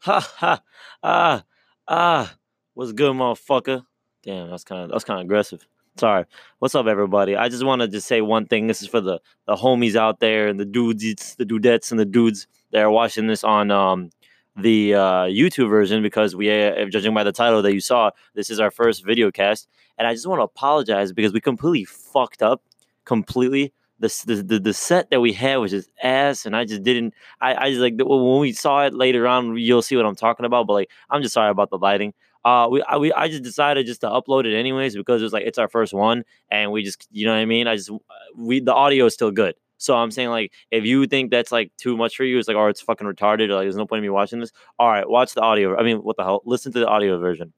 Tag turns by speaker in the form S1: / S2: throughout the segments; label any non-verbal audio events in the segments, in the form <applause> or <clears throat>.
S1: Ha ha ah ah. What's good, motherfucker? Damn, that's kind of that's kind of aggressive. Sorry. What's up, everybody? I just want to just say one thing. This is for the the homies out there and the dudes, it's the dudettes, and the dudes that are watching this on um the uh, YouTube version because we, uh, judging by the title that you saw, this is our first video cast, and I just want to apologize because we completely fucked up, completely. The, s- the, the, the set that we had was just ass, and I just didn't. I, I just like the- when we saw it later on, you'll see what I'm talking about. But like, I'm just sorry about the lighting. Uh, we I, we I just decided just to upload it anyways because it's like it's our first one, and we just you know what I mean. I just uh, we the audio is still good. So I'm saying like if you think that's like too much for you, it's like oh it's fucking retarded. Or, like there's no point in me watching this. All right, watch the audio. I mean, what the hell? Listen to the audio version,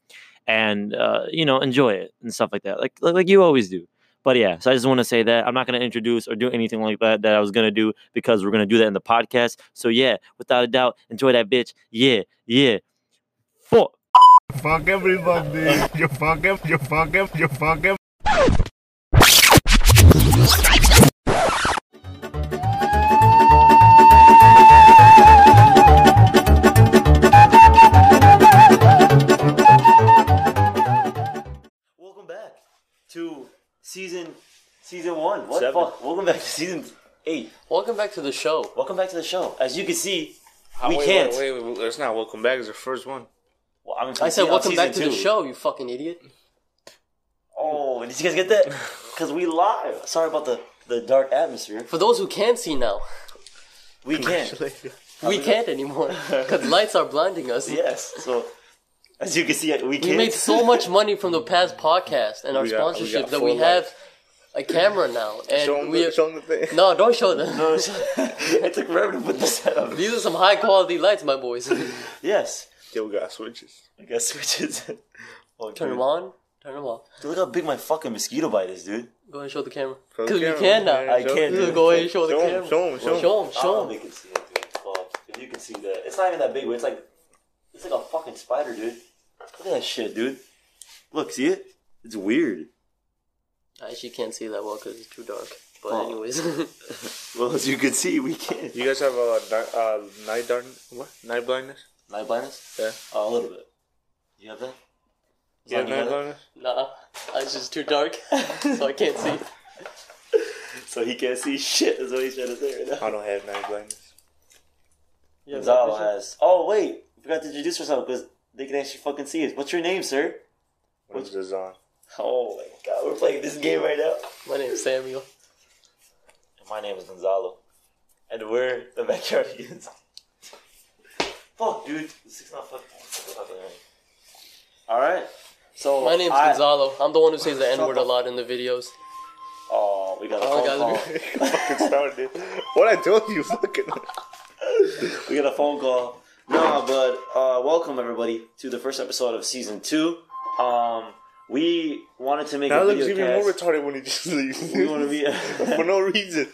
S1: and uh, you know enjoy it and stuff like that. Like like, like you always do. But yeah, so I just want to say that I'm not going to introduce or do anything like that that I was going to do because we're going to do that in the podcast. So yeah, without a doubt, enjoy that bitch. Yeah, yeah. Fuck.
S2: Fuck everybody. You fuck him. You fuck him. You fuck him.
S1: Welcome back to season season one. What
S3: Seven.
S1: fuck? Welcome back to season eight.
S4: Welcome back to the show.
S1: Welcome back to the show. As you can see,
S3: Oh,
S1: we
S3: wait,
S1: can't.
S3: Wait, wait, wait, It's not welcome back. It's the first one.
S1: Well, I, mean,
S4: I said,
S1: on
S4: welcome back to
S1: season
S4: the
S1: two.
S4: show, you fucking idiot.
S1: Oh, did you guys get that? Because we live. Sorry about the the dark atmosphere.
S4: For those who can't see now,
S1: We can't.
S4: we can't anymore because lights are blinding us.
S1: Yes. So as you can see, we
S4: We
S1: can't.
S4: made so much money from the past podcast and our
S3: We got- we
S4: sponsorship
S3: got
S4: that
S3: four
S4: we have a camera now. And
S3: Show 'em
S4: we
S3: the, show 'em the thing.
S4: no, don't show them.
S1: it took forever to put this up.
S4: These are some high quality lights, my boys.
S1: Yes.
S3: <laughs> Yo, we got switches.
S1: I got switches. Oh,
S4: Turn them on. Turn them off.
S1: Dude, look how big my fucking mosquito bite is, dude.
S4: Go ahead and show the camera.
S3: Show the
S4: Because we
S3: camera.
S4: can now.
S3: Yeah,
S1: I
S3: show-
S1: can't do it.
S4: Go ahead and show the
S3: Show 'em,
S4: camera.
S3: show 'em, show 'em.
S4: Show 'em, show 'em.
S1: They can see it, dude. Fuck. If you can see that, it's not even that big. But it's like, it's like a fucking spider, dude. Look at that shit, dude. Look, see it? It's weird.
S4: I actually can't see that well because it's too dark. But
S1: Oh.
S4: anyways, <laughs>
S1: Well, as you can see, we can't.
S3: You guys have a dark, uh, night dark, what? Night blindness?
S1: Night blindness?
S3: Yeah.
S1: Oh, a little bit. You have that?
S3: Yeah,
S1: like you
S3: night
S1: got it.
S3: blindness.
S4: nah, it's just too dark, <laughs> so I can't see.
S1: So he can't see shit. Is what he's trying to say right now.
S3: I don't have night blindness.
S4: You have that
S1: Gonzalo
S4: vision?
S1: has. Oh wait, I forgot to introduce ourselves because they can actually fucking see us. What's your name, sir?
S3: What's this on?
S1: Oh my god, we're playing this game right now.
S4: My name's Samuel.
S1: My name is Gonzalo, and we're the Backyardigans. Fuck, dude, this is not fucking. All right. So
S4: My name's
S1: I-
S4: Gonzalo. I'm the one who says the
S1: Shut
S4: N word a
S1: the-
S4: lot in the videos.
S1: Oh, we got a
S4: Oh,
S1: phone
S4: guys,
S1: call.
S3: <laughs> fucking <laughs> started. What I told you, fucking.
S1: We got a phone call. No, but uh, welcome everybody to the first episode of season two. Um, we wanted to make
S3: That
S1: a
S3: looks
S1: video
S3: even
S1: cast.
S3: more retarded when he <laughs> just leaves.
S1: We wanna be-
S3: For no reason.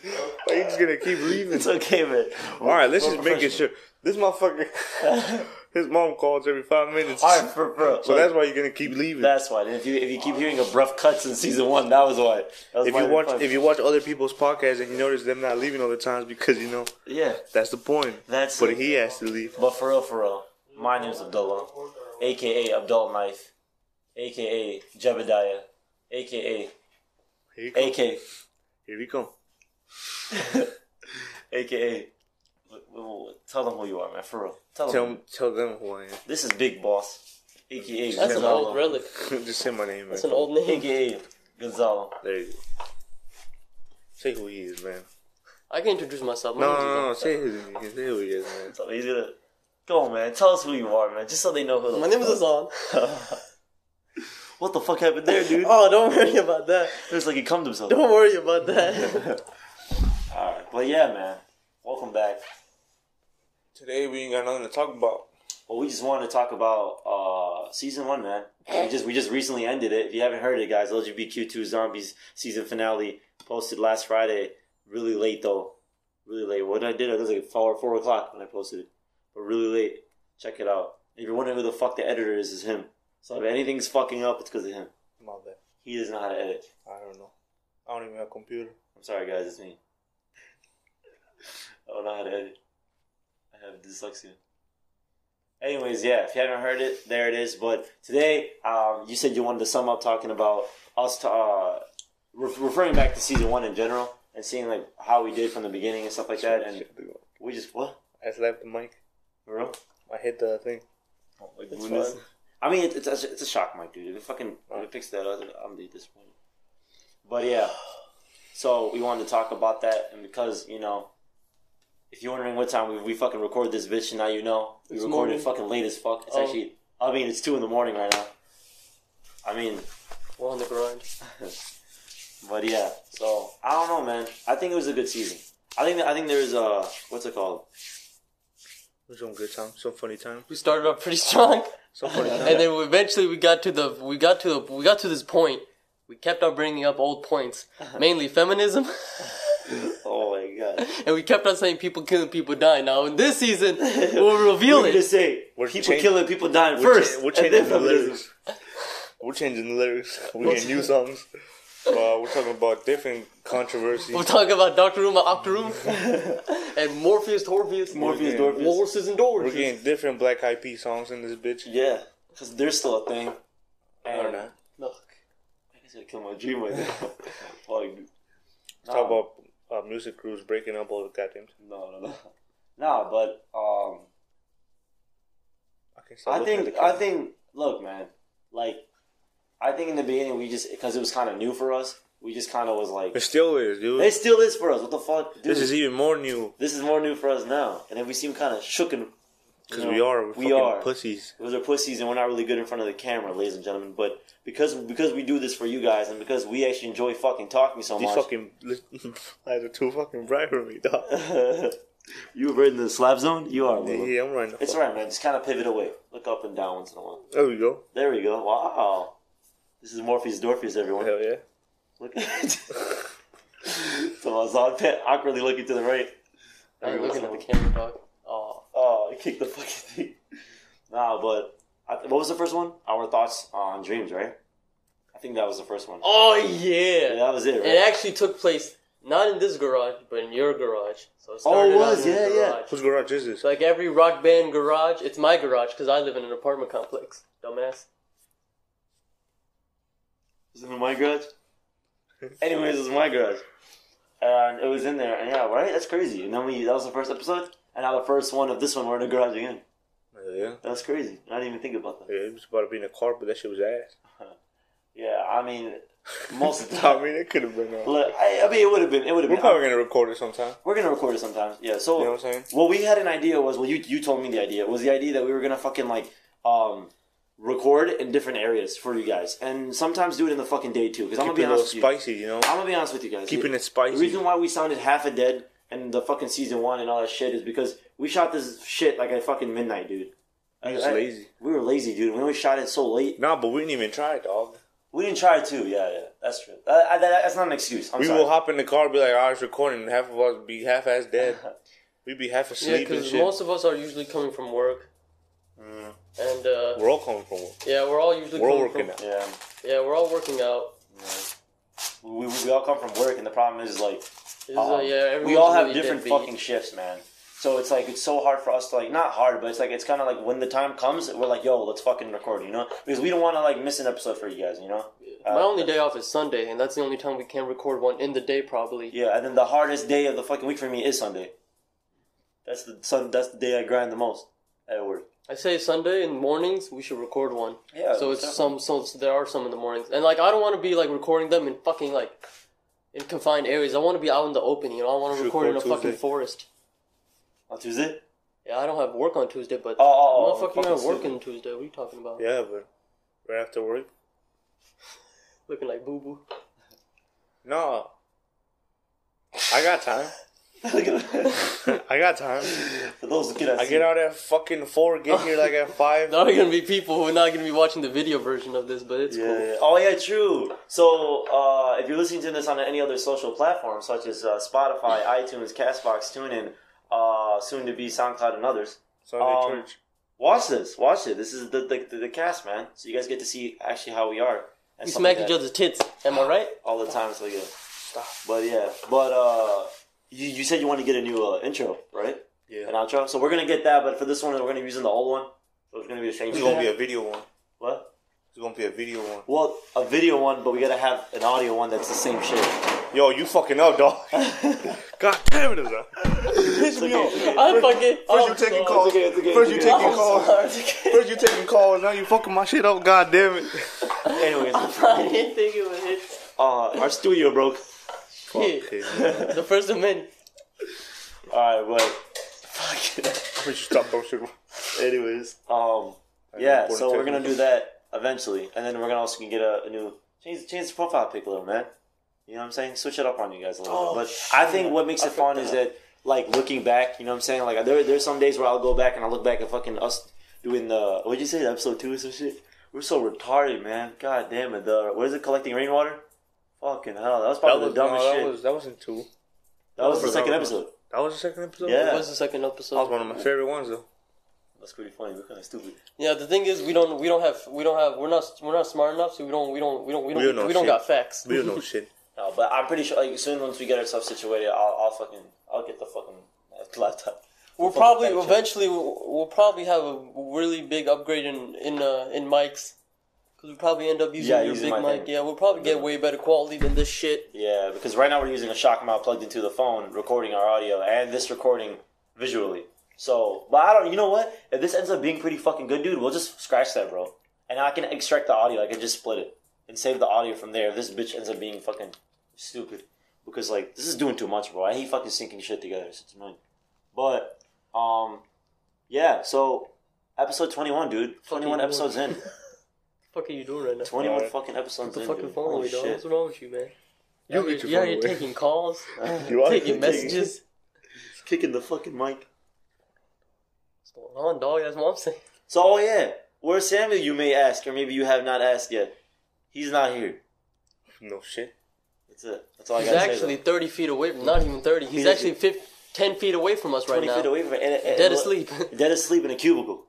S3: Why you just gonna keep leaving?
S1: <laughs> It's okay, man.
S3: Alright, let's
S1: We're
S3: just make it
S1: professional.
S3: sure. This motherfucker, <laughs> his mom calls every five minutes.
S1: All right, for, for,
S3: So that's why you're gonna keep leaving.
S1: That's why. And if you if you keep hearing abrupt cuts in season one, that was why. That was
S3: if
S1: why
S3: you
S1: we
S3: watch
S1: fucked.
S3: if you watch other people's podcasts and you notice them not leaving all the times because you know
S1: yeah.
S3: that's the point.
S1: That's
S3: but
S1: it.
S3: he has to leave.
S1: But for real, for real, my name's Abdullah, aka Abdul Knife, aka Jebediah, aka
S3: Here he come.
S1: aka
S3: Here he come.
S1: aka. w- w- Tell them who you are, man. For real, tell
S3: Tell
S1: them.
S3: him, tell them who I am.
S1: This is Big Boss, aka
S4: That's an
S1: Gonzalo,
S4: old relic.
S3: <laughs> just say my name.
S4: That's
S3: man.
S4: an old name.
S1: aka Gonzalo.
S3: There you go. Say who he is, man.
S4: I can introduce myself. My
S3: No,
S4: name's
S3: no, no.
S4: Gonzalo.
S3: no. Say his. Say who he is, man.
S1: So he's gonna go on, man. Tell us who you are, man. Just so they know who. the-
S4: My name is Azan.
S1: What the fuck happened there, dude?
S4: Oh, don't worry about that.
S1: It was like he cummed himself.
S4: Don't worry about that.
S1: Alright, but yeah, man. Welcome back.
S3: Today we ain't got nothing to talk about.
S1: Well, we just wanted to talk about uh, season one, man. We just we just recently ended it. If you haven't heard it, guys, LGBTQ2 Zombies season finale posted last Friday. Really late though, really late. What I did, it was like four four o'clock when I posted it, but really late. Check it out. If you're wondering who the fuck the editor is, is him. So if anything's fucking up, it's because of him.
S3: My bad.
S1: He doesn't know how to edit.
S3: I don't know. I don't even have a computer.
S1: I'm sorry, guys, it's me. I don't know how to edit. I have dyslexia.
S5: Anyways, yeah, if you haven't heard it, there it is. But today, um, you said you wanted to sum up talking about us to, uh, re- referring back to season one in general and seeing like how we did from the beginning and stuff like that. And we just what
S3: I slapped the mic.
S5: for real?
S3: I hit the thing.
S5: Like,
S3: It's
S5: when this-
S3: fine.
S5: I mean, it, it's a, it's a shock mic, dude. If it fucking if it picks that up, I'm gonna be disappointed. But yeah, so we wanted to talk about that, and because you know, if you're wondering what time we, we fucking recorded this bitch, and now you know we
S4: It's
S5: recorded
S4: morning.
S5: it fucking late as fuck. It's
S4: Oh.
S5: actually, I mean, it's two in the morning right now. I mean,
S4: We're on the grind.
S5: but yeah, so I don't know, man. I think it was a good season. I think I think there's uh what's it called?
S3: It was some good time, some funny time,
S4: We started off pretty strong,
S3: some funny <laughs> time.
S4: and then we- eventually we got to the we got to the we got to this point. We kept on bringing up old points, mainly feminism, <laughs>
S5: Oh my god.
S4: and we kept on saying people killing, people dying. Now in this season, we'll reveal
S5: We
S4: it.
S5: <laughs> just say
S3: We're
S5: people
S3: changing-
S5: killing, people dying
S3: We're,
S5: first.
S3: cha- we're
S5: and then
S3: changing the
S5: feminism.
S3: lyrics. We're changing the lyrics. We're getting new songs. Uh, we're talking about different controversies.
S4: We're talking about Doctor Room, Octoroom,
S5: <laughs>
S4: and Morpheus, Torpheus,
S5: Morpheus,
S3: Yeah.
S5: Dorpheus.
S4: Walruses, and Doors.
S3: We're getting different Black Eyed Peas songs in this bitch.
S5: Yeah, because they're still a thing.
S3: I don't know.
S4: Look.
S5: I guess I killed my
S3: <laughs>
S5: dream right now. Fuck, dude.
S3: Talk about uh, music crews breaking up all the goddamn time.
S5: No, no, no. Nah, but um,
S3: I, can stop
S5: I
S3: looking at
S5: think
S3: the
S5: I
S3: camera.
S5: think look, man, like I think in the beginning we just because it was kind of new for us, we just kind of was like,
S3: It still is, dude.
S5: it still is for us. What the fuck? Dude,
S3: this is e- even more new
S5: this is more new for us now, and then we seem kind of shook and
S3: because
S5: you know,
S3: we are we're
S5: we
S3: fucking
S5: are
S3: pussies.
S5: because we're pussies and we're not really good in front of the camera, ladies and gentlemen. But because because we do this for you guys and because we actually enjoy fucking talking so
S3: These
S5: much,
S3: fucking <laughs> eyes are too fucking bright for me, dog.
S5: <laughs> you were in the slab zone. You are. Lulu.
S3: yeah, I'm right.
S5: It's all right, man. Just kind of pivot away. Look up and down once in a while.
S3: There we go.
S5: There we go. Wow. This is Morpheus Dorpheus, everyone.
S3: Hell yeah.
S5: Look at it. <laughs> so I was on pit, awkwardly looking to the right.
S4: I ain't looking at the camera, dog. Oh,
S5: Oh, I kicked the fucking thing. Nah, but I, what was the first one? Our thoughts on dreams, right? I think that was the first one.
S4: oh
S5: Yeah,
S4: yeah.
S5: that was it, right?
S4: It actually took place not in this garage, but in your garage. So it
S5: Oh, it
S4: started out
S5: was,
S4: in your
S5: yeah, yeah.
S4: garage.
S3: Whose garage is this?
S4: It's like every rock band garage. It's my garage because I live in an apartment complex. Dumbass.
S5: Was it in my garage? Anyways, it was my garage. And it was in there, and yeah, right? That's crazy. And then we, that was the first episode, and now the first one of this one, we're in the garage again.
S3: Hell yeah.
S5: That's crazy. I didn't even think about that.
S3: Yeah, it was about to be in a car, but that shit was ass.
S5: Yeah, I mean, most of the
S3: I <laughs>
S5: time. <laughs>
S3: mean, it could have been. Uh,
S5: Look, I, I mean, it would have been. It would have
S3: we're
S5: been.
S3: probably gonna record it sometime.
S5: we're gonna record it sometimes. Yeah. So
S3: You know what I'm saying?
S5: what we had an idea was well, you you told me the idea was the idea that we were gonna fucking like um record in different areas for you guys, and sometimes do it in the fucking day too. Because I'm gonna
S3: Keep it
S5: be
S3: a little
S5: honest with you.
S3: spicy, you know.
S5: I'm gonna be honest with you guys.
S3: Keeping it
S5: The
S3: spicy.
S5: reason why we sounded half a dead and the fucking season one and all that shit is because we shot this shit like at fucking midnight, dude.
S3: We was
S5: I-
S3: lazy.
S5: We were lazy, dude. We only shot it so late.
S3: Nah, but we didn't even try it, dog.
S5: We didn't try it too. Yeah, yeah, that's true. Uh, I, that, that's not an excuse. I'm
S3: We
S5: sorry.
S3: will hop in the car, and be like, "I was recording," and half of us be half ass dead.
S5: <laughs>
S3: We be half
S4: Yeah,
S3: asleep and
S4: because
S3: shit.
S4: most of us are usually coming from work, and uh,
S3: We're all coming from work.
S4: yeah, we're all usually
S3: We're all
S4: coming
S3: working
S4: from,
S3: out.
S5: yeah.
S4: Yeah, we're all working out.
S5: We, we, we all come from work, and the problem is like
S4: This is, uh,
S5: um,
S4: yeah,
S5: we
S4: everyone's
S5: all have
S4: really
S5: different
S4: deadbeat.
S5: fucking shifts, man. So it's like it's so hard for us to like not hard, but it's like it's kind of like when the time comes, we're like, yo, let's fucking record, you know? Because we don't want to like miss an episode for you guys, you know?
S4: My only day off is Sunday, and that's the only time we can record one in the day, probably.
S5: Yeah, and then the hardest day of the fucking week for me is Sunday. That's the sun. That's the day I grind the most at work.
S4: I say Sunday in mornings we should record one.
S5: Yeah,
S4: So it's
S5: Uh, definitely.
S4: some. So there are some in the mornings, and like I don't want to be like recording them in fucking like in confined areas. I want to be out in the open. You know, I want to
S3: Should
S4: record in a
S3: record
S4: fucking
S3: Tuesday.
S4: forest.
S5: On Tuesday, <laughs>
S4: Yeah, I don't have work on Tuesday, but
S5: Oh, oh, oh,
S4: I'm not
S5: fucking
S4: fucking not
S5: stupid.
S4: working Tuesday. What are you talking about?
S3: Yeah, but right after work.
S4: Looking like boo boo.
S3: No. I got time.
S5: Look at that.
S4: <laughs>
S3: I got time.
S5: for those who cannot
S3: I
S5: see,
S3: get out at fucking four, get here like
S5: <laughs>
S3: at five.
S4: There are gonna be people who are not gonna be watching the video version of this, but it's
S5: Yeah,
S4: cool.
S5: yeah. Oh yeah, true. So uh, if you're listening to this on any other social platform such as uh, Spotify, iTunes, Castbox, TuneIn, uh, soon to be SoundCloud and others,
S3: Sunday
S5: Um,
S3: church.
S5: watch this. Watch it. This is the the, the, the cast, man. So you guys get to see actually how we are. And
S4: We
S5: stuff
S4: smack
S5: like
S4: each
S5: that
S4: other's tits. Am I
S5: <laughs>
S4: right?
S5: all the time. So yeah. But yeah, but uh, you you said you want to get a new uh, intro, right?
S3: Yeah.
S5: An outro. So we're gonna get that, but for this one, we're gonna be using the old one. So it's gonna be the same.
S3: It's
S5: shit.
S3: gonna be a video one.
S5: what?
S3: It's gonna be a video one.
S5: Well, a video one, but we gotta have an audio one that's the same shit.
S3: Yo, you fucking up, <laughs> dog. God damn it, is that? Piss me off.
S4: I fucking.
S3: First
S4: I'm
S3: you taking
S4: sorry.
S3: calls.
S5: okay, it's okay,
S3: First you
S5: it's okay.
S3: taking
S4: I'm
S3: calls.
S4: sorry.
S3: First you taking calls. Now you fucking my shit up. God damn it. <laughs>
S5: Anyways, uh,
S4: <laughs> I didn't think it would hit.
S5: our studio broke.
S4: Shit.
S3: Okay, man.
S4: <laughs> The first of many.
S5: All right, but fuck it.
S3: I wish you stopped those shit.
S5: Anyways, um, yeah,
S3: important
S5: so we're gonna
S3: techniques.
S5: do that eventually, and then we're gonna also get a, a new change. Change the profile pic a little, man. You know what I'm saying? Switch it up on you guys a little
S4: Oh,
S5: bit. But I think what makes it fun is that, like, looking back. You know what I'm saying? Like, there, there's some days where I'll go back and I look back at fucking us doing the what'd you say episode two or some shit. We're so retarded, man. God damn it. The what is it? Collecting rainwater. Fucking hell, that was probably the dumbest
S3: no,
S5: shit.
S3: That was that wasn't two.
S5: that was the
S3: was-
S5: second
S3: that was-
S5: episode.
S3: That was the second episode.
S5: Yeah.
S4: It was the second
S3: That was
S4: episode.
S3: one of my favorite ones though.
S5: That's pretty funny. We're kind of stupid.
S4: Yeah, the thing is, we don't, we don't have, we don't have, we're not, we're not smart enough, so we don't, we don't, we don't, we don't,
S3: We
S4: we
S3: don't know
S4: don't,
S3: shit.
S4: got facts.
S3: We don't know shit.
S5: No, Uh, but I'm pretty sure. Like soon, once we get ourselves situated, I'll, I'll fucking, I'll get the fucking laptop.
S4: We'll
S5: Fucking
S4: probably
S5: fact check.
S4: eventually we'll, we'll probably have a really big upgrade in in uh, in mics because we probably end up using
S5: Yeah,
S4: your
S5: using
S4: big
S5: my
S4: mic.
S5: thing.
S4: Yeah, we'll probably get way better quality than this shit.
S5: Yeah, because right now we're using a shock mount plugged into the phone, recording our audio and this recording visually. So, but I don't. You know what? If this ends up being pretty fucking good, dude, we'll just scratch that, bro. And I can extract the audio. I can just split it and save the audio from there. If this bitch ends up being fucking stupid, because like this is doing too much, bro. I hate fucking syncing shit together. It's just annoying. But um, yeah. So episode twenty one, dude. Twenty one
S4: Fucking
S5: episodes
S4: <laughs>
S5: in.
S4: What the fuck are you doing right now?
S5: Twenty one
S3: Alright.
S5: fucking episodes
S4: the
S5: in.
S4: fucking
S5: dude.
S4: phone
S5: Holy
S4: away, dog. What's
S5: shit.
S4: wrong with you, man?
S3: You
S4: yeah,
S3: get your
S4: yeah,
S3: phone
S4: you're
S3: away.
S4: taking calls,
S3: You are
S4: taking messages.
S5: Kicking the fucking mic.
S4: What's going on, dog? That's what I'm saying.
S5: So, oh yeah, where's Samuel? You may ask, or maybe you have not asked yet. He's not here.
S3: No shit.
S5: That's it. That's all I
S4: He's
S5: got to
S4: actually
S5: say.
S4: 30 feet away from, not even 30. He's
S5: He's
S4: actually fif- 10 feet away from us
S5: though.
S4: right
S5: Twenty feet
S4: now.
S5: away from and, and,
S4: Dead asleep. <laughs>
S5: Dead asleep in a cubicle.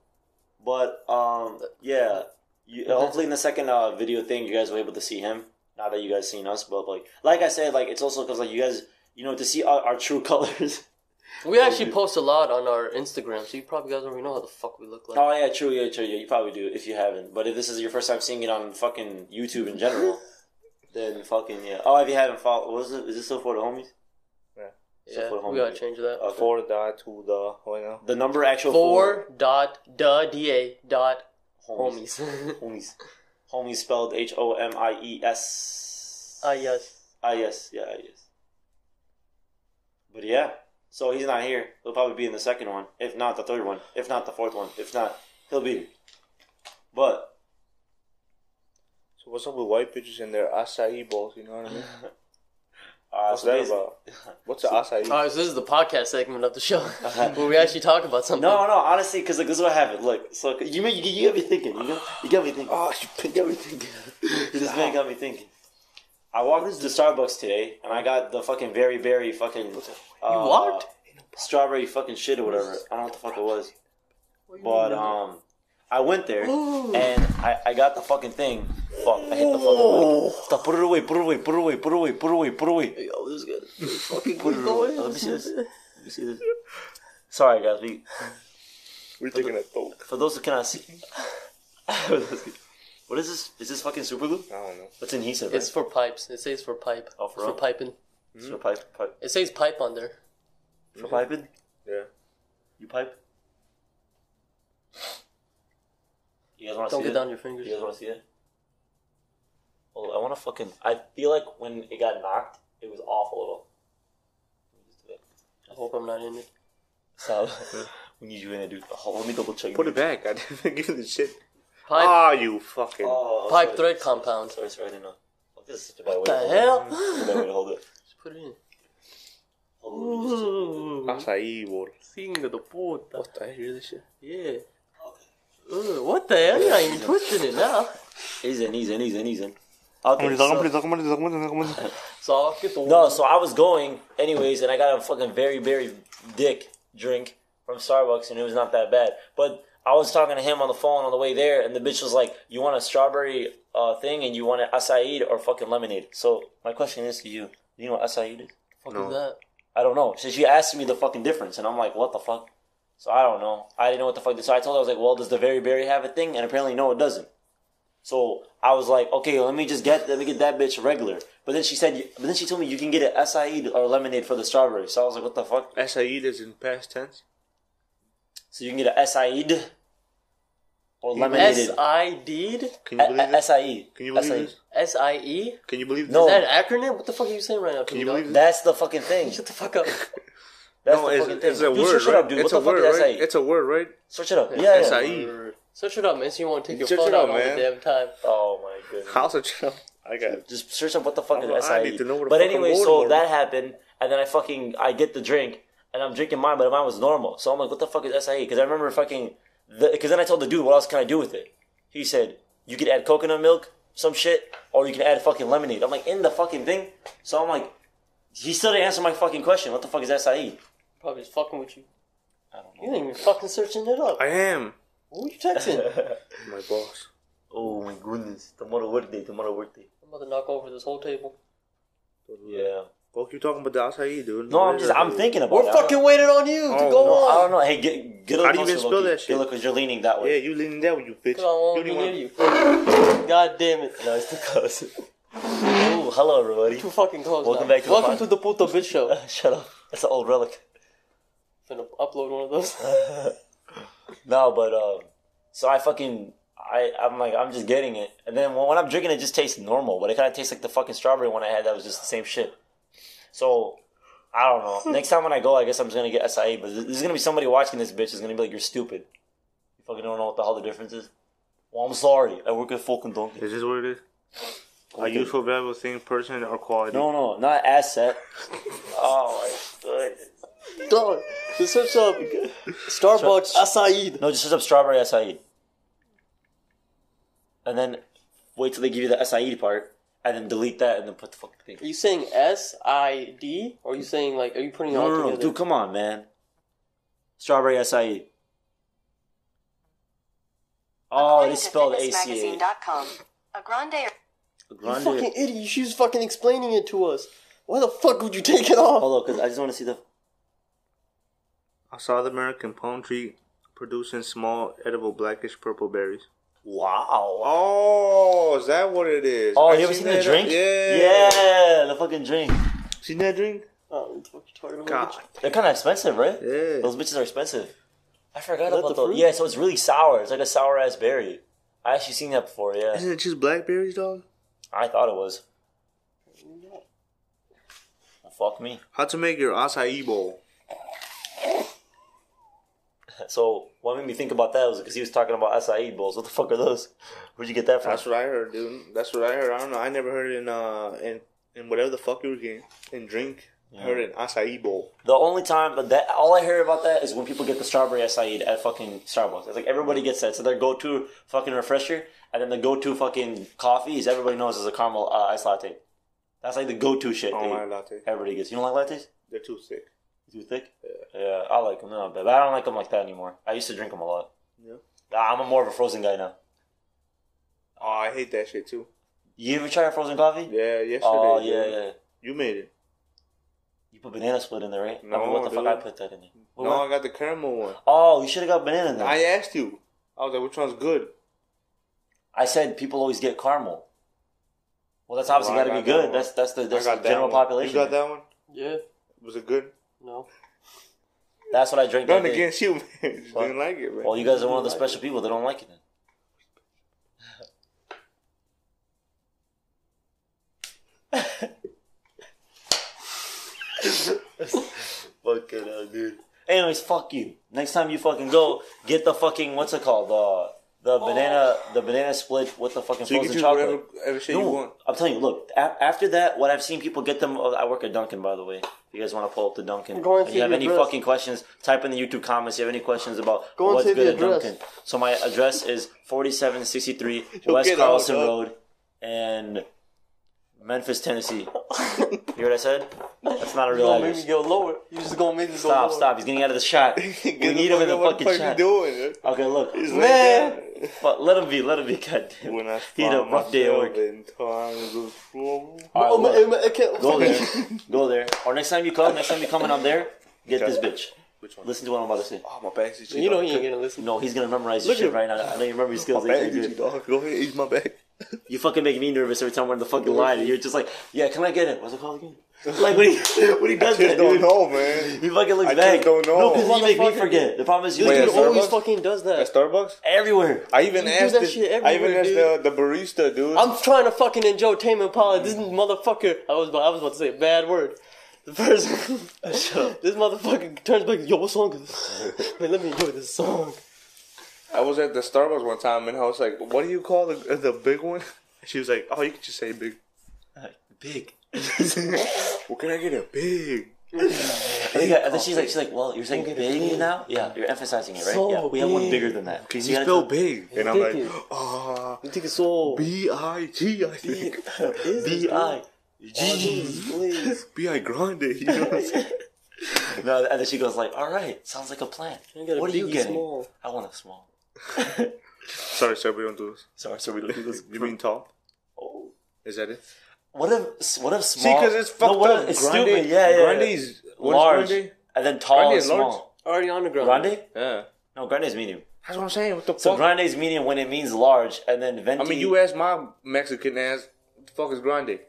S5: But um, yeah. You, hopefully, in the second uh, video thing, you guys were able to see him. Not that you guys seen us, but like, like I said, like it's also because like you guys, you know, to see our, our true <laughs> colors.
S4: We actually post a lot on our Instagram, so you probably guys already know how the fuck we look like.
S5: Oh yeah, true, yeah, true, yeah. You probably do if you haven't. But if this is your first time seeing it on fucking YouTube
S4: <laughs>
S5: in general, then fucking yeah. Oh, if you haven't followed, what is it? Is this still for the homies?
S4: Yeah,
S5: for
S4: we
S5: homie.
S4: gotta change that.
S5: Okay.
S3: Four da two da. Why now?
S5: The number actual
S4: Four dot da da dot
S5: four homies.
S4: homies.
S5: Homies. Homies spelled H O M I E S.
S4: <laughs> Ah yes.
S5: Ah yes, yeah, ah, yes. But yeah, so he's not here. He'll probably be in the second one, if not the third one, if not the fourth one, if not he'll be. here. But <laughs>
S3: So what's up with white bitches and their acai balls? You know what I mean?
S5: uh,
S3: <laughs> What's
S5: so
S3: that
S5: basi-
S3: about? <laughs> Uh, What's the acai?
S4: All right, so this is the podcast segment of the
S5: <laughs>
S4: show where we actually talk about something.
S5: No, no, honestly, because like this is what happened. Look, so you mean you, you got me thinking. You got, you got me thinking.
S3: Oh, you picked everything.
S5: <laughs> this man got me thinking. I walked to Starbucks today and I got the fucking very berry fucking. Uh,
S4: walked?
S5: Strawberry fucking shit or whatever. I don't know what the fuck it was. But um, I went there and I, I got the fucking thing. Fuck! I hit the fucking. mic. Stop! Put it away! Put it away! Put it away! Put it away! Put it away! Put it away!
S4: Yo, this is good. Fucking
S5: Put it away! Let me see this. Let me see this. Sorry guys, we
S3: We're taking a toke.
S5: For those who cannot see, <laughs> what is this? Is this fucking super glue?
S3: I don't know.
S5: That's adhesive.
S4: It's
S5: Right?
S4: for pipes. It says for pipe.
S5: Oh, for
S4: It's
S5: real?
S4: piping.
S5: It's
S4: Mm-hmm.
S5: for pipe, pipe,
S4: It says pipe on there.
S5: for
S4: Mm-hmm.
S5: piping.
S3: Yeah.
S5: You pipe. You guys want to
S4: Don't
S5: see
S4: get
S5: it?
S4: down your fingers.
S5: You guys want to see it? Well, I want to fucking. I feel like when it got knocked, it was off a little.
S4: I hope I'm not in it.
S5: So we need you in there, dude. Oh, let me double check.
S3: Put it back. <laughs> I didn't give you the shit.
S4: Pipe.
S3: Ah, you fucking.
S5: <laughs> Oh,
S4: Pipe
S5: sorry.
S4: thread compound.
S5: Sorry, sorry, I didn't know. Fuck, this is such a bad way. to
S4: The
S5: hold it.
S4: hell?
S5: Such a bad way to hold it.
S4: Just put it in.
S5: Hold it, let me just-
S3: Acai ball.
S4: Singa the puta.
S3: What the heck? Hear this shit?
S4: Yeah. Ugh, what the hell? You're not even twisting it now.
S5: He's in, he's in, he's in, he's in. Okay, so,
S3: <laughs>
S4: So I'll get the
S5: no, so I was going anyways, and I got a fucking very, very dick drink from Starbucks, and it was not that bad. But I was talking to him on the phone on the way there, and the bitch was like, "You want a strawberry uh, thing, and you want an acai or fucking lemonade." So my question is to you: Do you know what acai is?
S4: fuck is that?
S5: I don't know. So she asked me the fucking difference, and I'm like, "What the fuck?" So I don't know. I didn't know what the fuck. to- So I told her I was like, well, does the very berry have a thing? And apparently, no, it doesn't. So I was like, okay, let me just get let me get that bitch regular. But then she said, but then she told me you can get an acai E or lemonade for the strawberry. So I was like, what the fuck?
S3: Saeed is E in past tense.
S5: So you can get an acai or E lemonade.
S4: S I D
S3: Can you believe this?
S5: Acai.
S3: Can you believe
S5: Acai.
S3: this?
S4: S I E.
S3: Can you believe this?
S5: No.
S4: Is that an acronym? What the fuck are you saying right now?
S3: Can you
S4: Kingdom?
S3: believe this?
S5: That's the fucking thing.
S4: Shut the fuck up.
S5: <laughs> That's
S3: No,
S5: the
S3: it's,
S5: fucking thing.
S3: it's a
S5: Dude,
S3: word,
S5: Search it
S3: right?
S5: up, dude.
S3: It's a
S5: what the
S3: word,
S5: fuck is
S3: right?
S5: acai?
S3: It's a word, right? E.
S5: Search it up. Yeah, yeah.
S3: Acai.
S4: Search it up, man. So you want to take your
S3: Search
S4: phone
S3: it up,
S4: out all the
S3: man.
S4: damn time.
S5: Oh my goodness.
S3: House of Chill. I got it.
S5: Just search up what the fuck is
S3: I
S5: SIE.
S3: need to know what the
S5: but
S3: fuck
S5: anyway,
S3: I'm
S5: so
S3: ordering.
S5: that happened, and then I fucking I get the drink, and I'm drinking mine, but mine was normal. So I'm like, what the fuck is SIE? Because I remember fucking, because then I told the dude, what else can I do with it? He said, you could add coconut milk, some shit, or you can add fucking lemonade. I'm like, in the fucking thing. So I'm like, he still didn't answer my fucking question. What the fuck is E? SIE?
S4: Probably just fucking with you.
S5: I don't
S4: You ain't even fucking searching it up.
S3: I am
S4: Who
S3: <laughs>
S4: you texting?
S3: my boss.
S5: oh my goodness! Tomorrow work day. Tomorrow work day.
S4: I'm about to knock over this whole table.
S5: Yeah.
S3: Fuck, you talking about the acai, dude?
S5: No, I'm just I'm thinking about.
S4: We're
S5: it. I don't-
S4: fucking waiting on you to
S3: Oh,
S4: go
S3: no,
S5: I
S4: on.
S5: don't know. Hey, get get a
S3: How
S5: little
S3: do you
S5: closer,
S3: even spell
S5: Loki.
S3: that shit?
S5: Get a little- 'cause you're leaning that
S3: Yeah,
S5: way.
S3: you leaning that way, you bitch.
S4: Cause I won't
S3: don't
S4: be
S3: even
S4: near
S3: wanna-
S4: you. God damn it.
S5: No, it's too close. Ooh, hello everybody.
S4: Too fucking close.
S5: Welcome
S4: now.
S5: back to the
S4: Welcome
S5: pod-
S4: to the Puto Bitch Show.
S5: <laughs> Shut up. That's an old relic.
S4: Gonna upload one of those. <laughs>
S5: No, but um, so I fucking I I'm like I'm just getting it, and then when, when I'm drinking, it just tastes normal, but it kind of tastes like the fucking strawberry one I had that was just the same shit. So I don't know. Next time when I go, I guess I'm just gonna get acai, but there's gonna be somebody watching this bitch. is gonna be like, you're stupid. You fucking don't know what the hell the difference is. Well, I'm sorry. I work at Fulton Donkey.
S3: Is this what it is? A useful, valuable thing, person, or quality?
S5: No, no, not asset. oh my goodness.
S4: Dog, just search up Starbucks Asaid.
S5: No, just search up strawberry acai. And then wait till they give you the acai part, and then delete that, and then put the fucking
S4: Are
S5: thing.
S4: you saying S I D? Or are you saying like are you putting it
S5: No,
S4: all
S5: no, no,
S4: together?
S5: dude, come on, man. Strawberry acai. Oh,
S6: According
S5: it is
S6: to
S5: spelled ACA.
S6: fitnessmagazine.com, A grande
S4: you
S5: Grande.
S4: fucking idiot. She was fucking explaining it to us. Why the fuck would you take it off?
S5: Hold on, because Oh, I just want to see the.
S3: A South American palm tree producing small, edible, blackish purple berries.
S5: Wow.
S3: Oh, is that what it is?
S5: Oh,
S3: I
S5: you ever seen the
S3: that- uh,
S5: drink?
S3: Yeah.
S5: Yeah, the fucking drink.
S3: Seen that drink?
S4: Oh, what the fuck you talking about?
S3: God.
S5: They're kind of expensive, right?
S3: Yeah.
S5: Those bitches are expensive. I forgot
S4: Is that
S5: about
S4: the
S5: those.
S4: fruit?
S5: Yeah, so it's really sour. It's like a sour ass berry. I actually seen that before. Yeah.
S3: Isn't it just blackberries, dog?
S5: I thought it was. Well, fuck me.
S3: How to make your acai bowl.
S5: So what made me think about that was because he was talking about acai bowls. What the fuck are those? Where'd you get that from?
S3: That's what I heard, dude. That's what I heard. I don't know. I never heard it in uh in in whatever the fuck you were getting in drink. I heard it in acai bowl.
S5: The only time but that all I hear about that is when people get the strawberry acai at fucking Starbucks. It's like everybody gets that. So their go-to fucking refresher, and then the go-to fucking coffee is everybody knows is a caramel uh, ice latte. That's like the go-to shit.
S3: I
S5: they-
S3: don't like Oh, latte.
S5: Everybody gets. You don't like lattes?
S3: They're too thick.
S5: Too thick? Yeah. I like them. No, but I don't like them like that anymore. I used to drink them a lot.
S3: Yeah.
S5: Nah, I'm a more of a frozen guy now.
S3: Oh, I hate that shit too.
S5: You ever try a frozen coffee?
S3: Yeah, yesterday.
S5: Oh
S3: dude.
S5: yeah, yeah.
S3: You made it.
S5: You put banana split in there, right? I
S3: No,
S5: mean, what the fuck?
S3: dude.
S5: I put that in there. What
S3: no,
S5: one?
S3: I got the caramel one.
S5: Oh, you should have got banana in there. I,
S3: I asked you. I was like, which one's good?
S5: said people always get caramel. Well, that's obviously
S3: I
S5: got to
S3: got
S5: be
S3: that
S5: good.
S3: one.
S5: That's that's the, that's
S3: I
S5: the
S3: got that
S5: general
S3: one.
S5: population.
S3: You got that one?
S4: Yeah.
S3: Was it good?
S4: No.
S5: <laughs> That's what I drink.
S3: Nothing
S5: that day.
S3: against you, <laughs> man. Just
S5: What?
S3: didn't like it, man.
S5: Well, you guys are one of the special people that don't like it. Then. fucking hell, dude. Anyways, fuck you. Next time you fucking go, get the fucking what's it called? The the banana the banana split with the fucking
S3: so you can
S5: frozen
S3: choose
S5: chocolate.
S3: whatever, whatever shit you
S5: No,
S3: want.
S5: I'm telling you. Look, a- after that, what I've seen people get them. oh, I work at Dunkin', by the way. If you guys want to pull up the Dunkin',
S4: Go and
S5: if
S4: see
S5: you have
S4: the
S5: any
S4: address.
S5: fucking questions, type in the YouTube comments. If you have any questions about
S4: Go and
S5: what's
S4: see the
S5: good at
S4: address.
S5: Dunkin', so my address is
S4: <laughs>
S5: 4763
S3: You'll
S5: West
S3: get out,
S5: Carlson
S3: dog.
S5: Road, and Memphis, Tennessee. you hear what I said?
S4: <laughs>
S5: That's not a
S4: You're
S5: real
S4: gonna make me
S5: address.
S4: go lower. You're just gonna make me go
S5: Stop!
S4: lower.
S5: Stop! He's getting out of the
S4: <laughs>
S5: shot. we
S3: Get
S5: need him in the
S3: fuck out,
S5: fucking
S3: What the fuck
S5: shot.
S3: you doing? dude?
S5: Okay, look,
S3: He's like,
S5: man.
S3: yeah.
S5: Fuck, let him be. <laughs> Let him be. Goddamn.
S3: When I
S5: He had a
S3: find
S5: rough day at
S3: myself
S5: work.
S3: in times of trouble.
S4: Oh,
S5: All right,
S4: my-
S5: look.
S4: my- I can't-
S5: Go there. Go there. Or next time you come, next time you come and I'm there, get this bitch.
S3: Which one?
S5: Listen to what I'm about to say.
S3: Oh, my back is
S4: <laughs> You know he ain't gonna listen.
S5: No, he's gonna memorize
S4: Look
S5: your shit
S4: at-
S5: right now. I know you remember your skills.
S3: My
S5: ain't
S3: back
S5: that
S3: is
S5: good.
S3: dog. Go ahead, ease my
S5: <laughs>
S3: back.
S5: You fucking make me nervous every time we're in the fucking line. And you're just like, yeah, can I get it? What's it called again? Like when he when he does
S3: Just
S5: that,
S3: don't
S5: dude,
S3: know, man.
S5: he fucking looks
S3: I
S5: back.
S3: just don't know.
S5: No, because you make me
S4: Motherfucker.
S5: forget. The problem is you
S4: This
S3: Wait,
S5: look
S4: dude
S3: at
S4: always
S3: Starbucks?
S4: fucking does that.
S3: At Starbucks?
S5: everywhere.
S3: I even
S4: You do
S3: asked.
S4: that
S3: the,
S4: shit
S3: I even
S4: everywhere,
S3: asked the, the barista, dude.
S4: I'm trying to fucking enjoy Tame Impala. This motherfucker. I was about, I was about to say a bad word. The first, <laughs> this motherfucker turns back. Yo, what song is this? <laughs> Man, let me enjoy this song.
S3: I was at the Starbucks one time, and I was like, "What do you call the the big one?" <laughs> She was like, "Oh, you can just say big."
S5: Big. <laughs>
S3: Well, can I get a big?
S5: I think I- and then she's like, she's like, well, you're saying big now? Yeah, you're emphasizing it, right?
S4: So
S5: yeah, we have one
S4: big.
S5: bigger than that.
S3: Can
S5: So
S3: you
S5: gotta
S3: spell
S5: tell-
S3: big? And I'm like,
S4: Ridiculous.
S3: ah,
S4: You think it's so?
S3: B I G,
S5: <laughs>
S3: I think. B I G,
S4: Please.
S3: B I Grande. You know what I'm saying?
S5: <laughs> <laughs> No, and then she goes like, all right, sounds like a plan.
S4: I got a
S5: What are you
S4: biggie
S5: getting?
S4: small.
S5: I want a small.
S3: Sorry, sir, we don't do this.
S5: Sorry, so we don't do this.
S3: <laughs> You mean tall?
S5: Oh.
S3: Is that it?
S5: What if what if
S3: See,
S5: small?
S3: because it's
S5: No,
S3: fucked
S5: what if-
S3: up.
S5: It's
S3: grande,
S5: stupid. Yeah, yeah. yeah.
S3: Grande is what is
S5: large,
S3: Grande?
S5: and then tall
S3: Grande
S5: and
S3: is large.
S5: small.
S4: Already on the ground.
S5: Grande?
S3: Yeah.
S5: No, grande is medium.
S3: That's what I'm saying. What the
S5: So
S3: fuck?
S5: grande is medium when it means large, and then venti.
S3: I mean, you ask my Mexican ass, what the fuck is grande?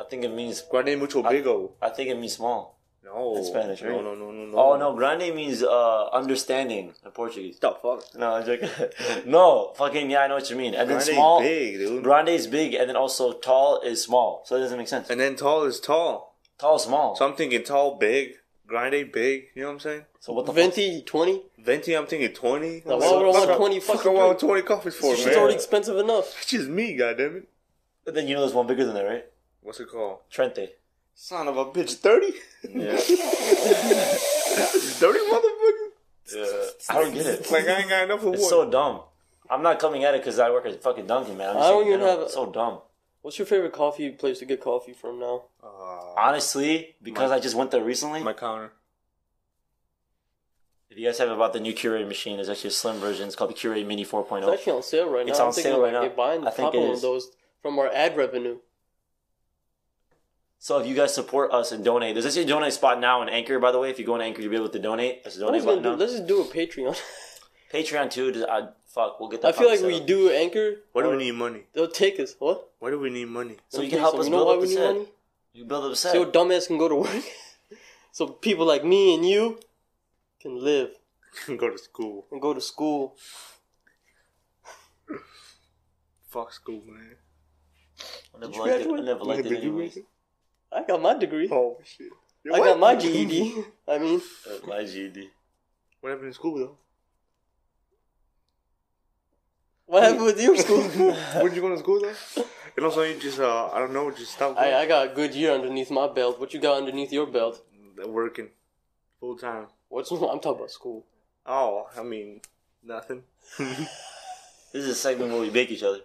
S5: I think it means.
S3: Grande mucho bigo.
S5: I think it means small.
S3: No.
S5: That's Spanish, right?
S3: No, no, no, no, no.
S5: Oh no, grande means uh understanding in Portuguese.
S3: What the fuck?
S5: No, I'm joking. <laughs> no, fucking yeah, I know what you mean. And
S3: Grande
S5: then small,
S3: is big, dude.
S5: grande is big, and then also tall is small. So it doesn't make sense.
S3: And then tall is tall.
S5: tall, is small.
S3: So I'm thinking tall, big. Grande, big. You know what I'm saying?
S5: so what the fuck?
S4: Venti twenty.
S3: Venti, I'm thinking 20.
S4: Now,
S3: I'm
S4: why
S3: like,
S4: would I want
S3: fuck,
S4: 20
S3: fuck,
S4: fucking
S3: I want
S4: drink?
S3: 20 coffees for,
S4: It's
S3: man?
S4: already expensive enough.
S3: That's just me, goddammit.
S5: But then you know there's one bigger than that, right?
S3: What's it called? <laughs>
S5: Trente.
S3: Son of a bitch, 30? <laughs>
S5: Yeah.
S3: 30, motherfucker?
S5: I don't get it.
S3: Like, I ain't got enough for
S5: It's
S3: one.
S5: so dumb. I'm not coming at it because I work at fucking Dunkin', man. I'm just
S4: I don't
S5: saying,
S4: even
S5: you know,
S4: have a-
S5: it's so dumb.
S4: What's your favorite coffee place to get coffee from now?
S3: Uh,
S5: Honestly, because I just went there recently.
S3: my counter.
S5: if you guys have about the new Keurig machine, there's actually a slim version. It's called the Keurig Mini oh. 4.0.
S4: It's actually on sale right now.
S5: It's
S4: I'm
S5: on
S4: thinking
S5: sale right
S4: about
S5: now.
S4: Buying
S5: I think
S4: a
S5: it
S4: couple of
S5: is.
S4: those from our ad revenue.
S5: So if you guys support us and donate, there's actually a donate spot now on Anchor, by the way. If you go on Anchor, you'll be able to donate. There's a
S4: What
S5: donate
S4: is
S5: button
S4: gonna
S5: now.
S4: do? Let's just do a Patreon.
S5: Patreon too. does- I, fuck, we'll get
S4: I
S5: that.
S4: feel like
S5: fucking
S4: we
S5: set up.
S4: do anchor.
S3: Why do we need money?
S4: They'll take us. What?
S3: Why do we need money? <laughs>
S5: So
S4: They'll
S5: you can
S4: take
S5: help
S4: some-
S5: us
S4: You know
S5: build
S4: why
S5: up
S4: we
S5: the
S4: need
S5: set.
S4: money?
S5: You build up the set.
S4: So your dumbass can go to <laughs> work. so people like me and you can live
S3: Go to school.
S4: and go to school.
S3: Fuck school, man.
S5: I never
S4: Did you
S5: liked it. I
S4: graduate?
S5: never liked it.
S3: Did you
S5: anyways.
S3: make it?
S4: I got my degree.
S3: Oh, shit.
S4: I got
S3: <laughs>
S4: my GED. I mean,
S5: Uh, My GD.
S3: What happened in school, though?
S4: what happened with your school? <laughs>
S3: When did you go to school, though? And also, you just, uh, I don't know, just stopped
S4: I, I got a good year underneath my belt. What you got underneath your belt?
S3: working full time.
S4: What's <laughs> I'm talking about school.
S3: Oh, I mean, nothing.
S5: This is a segment where we bake each other.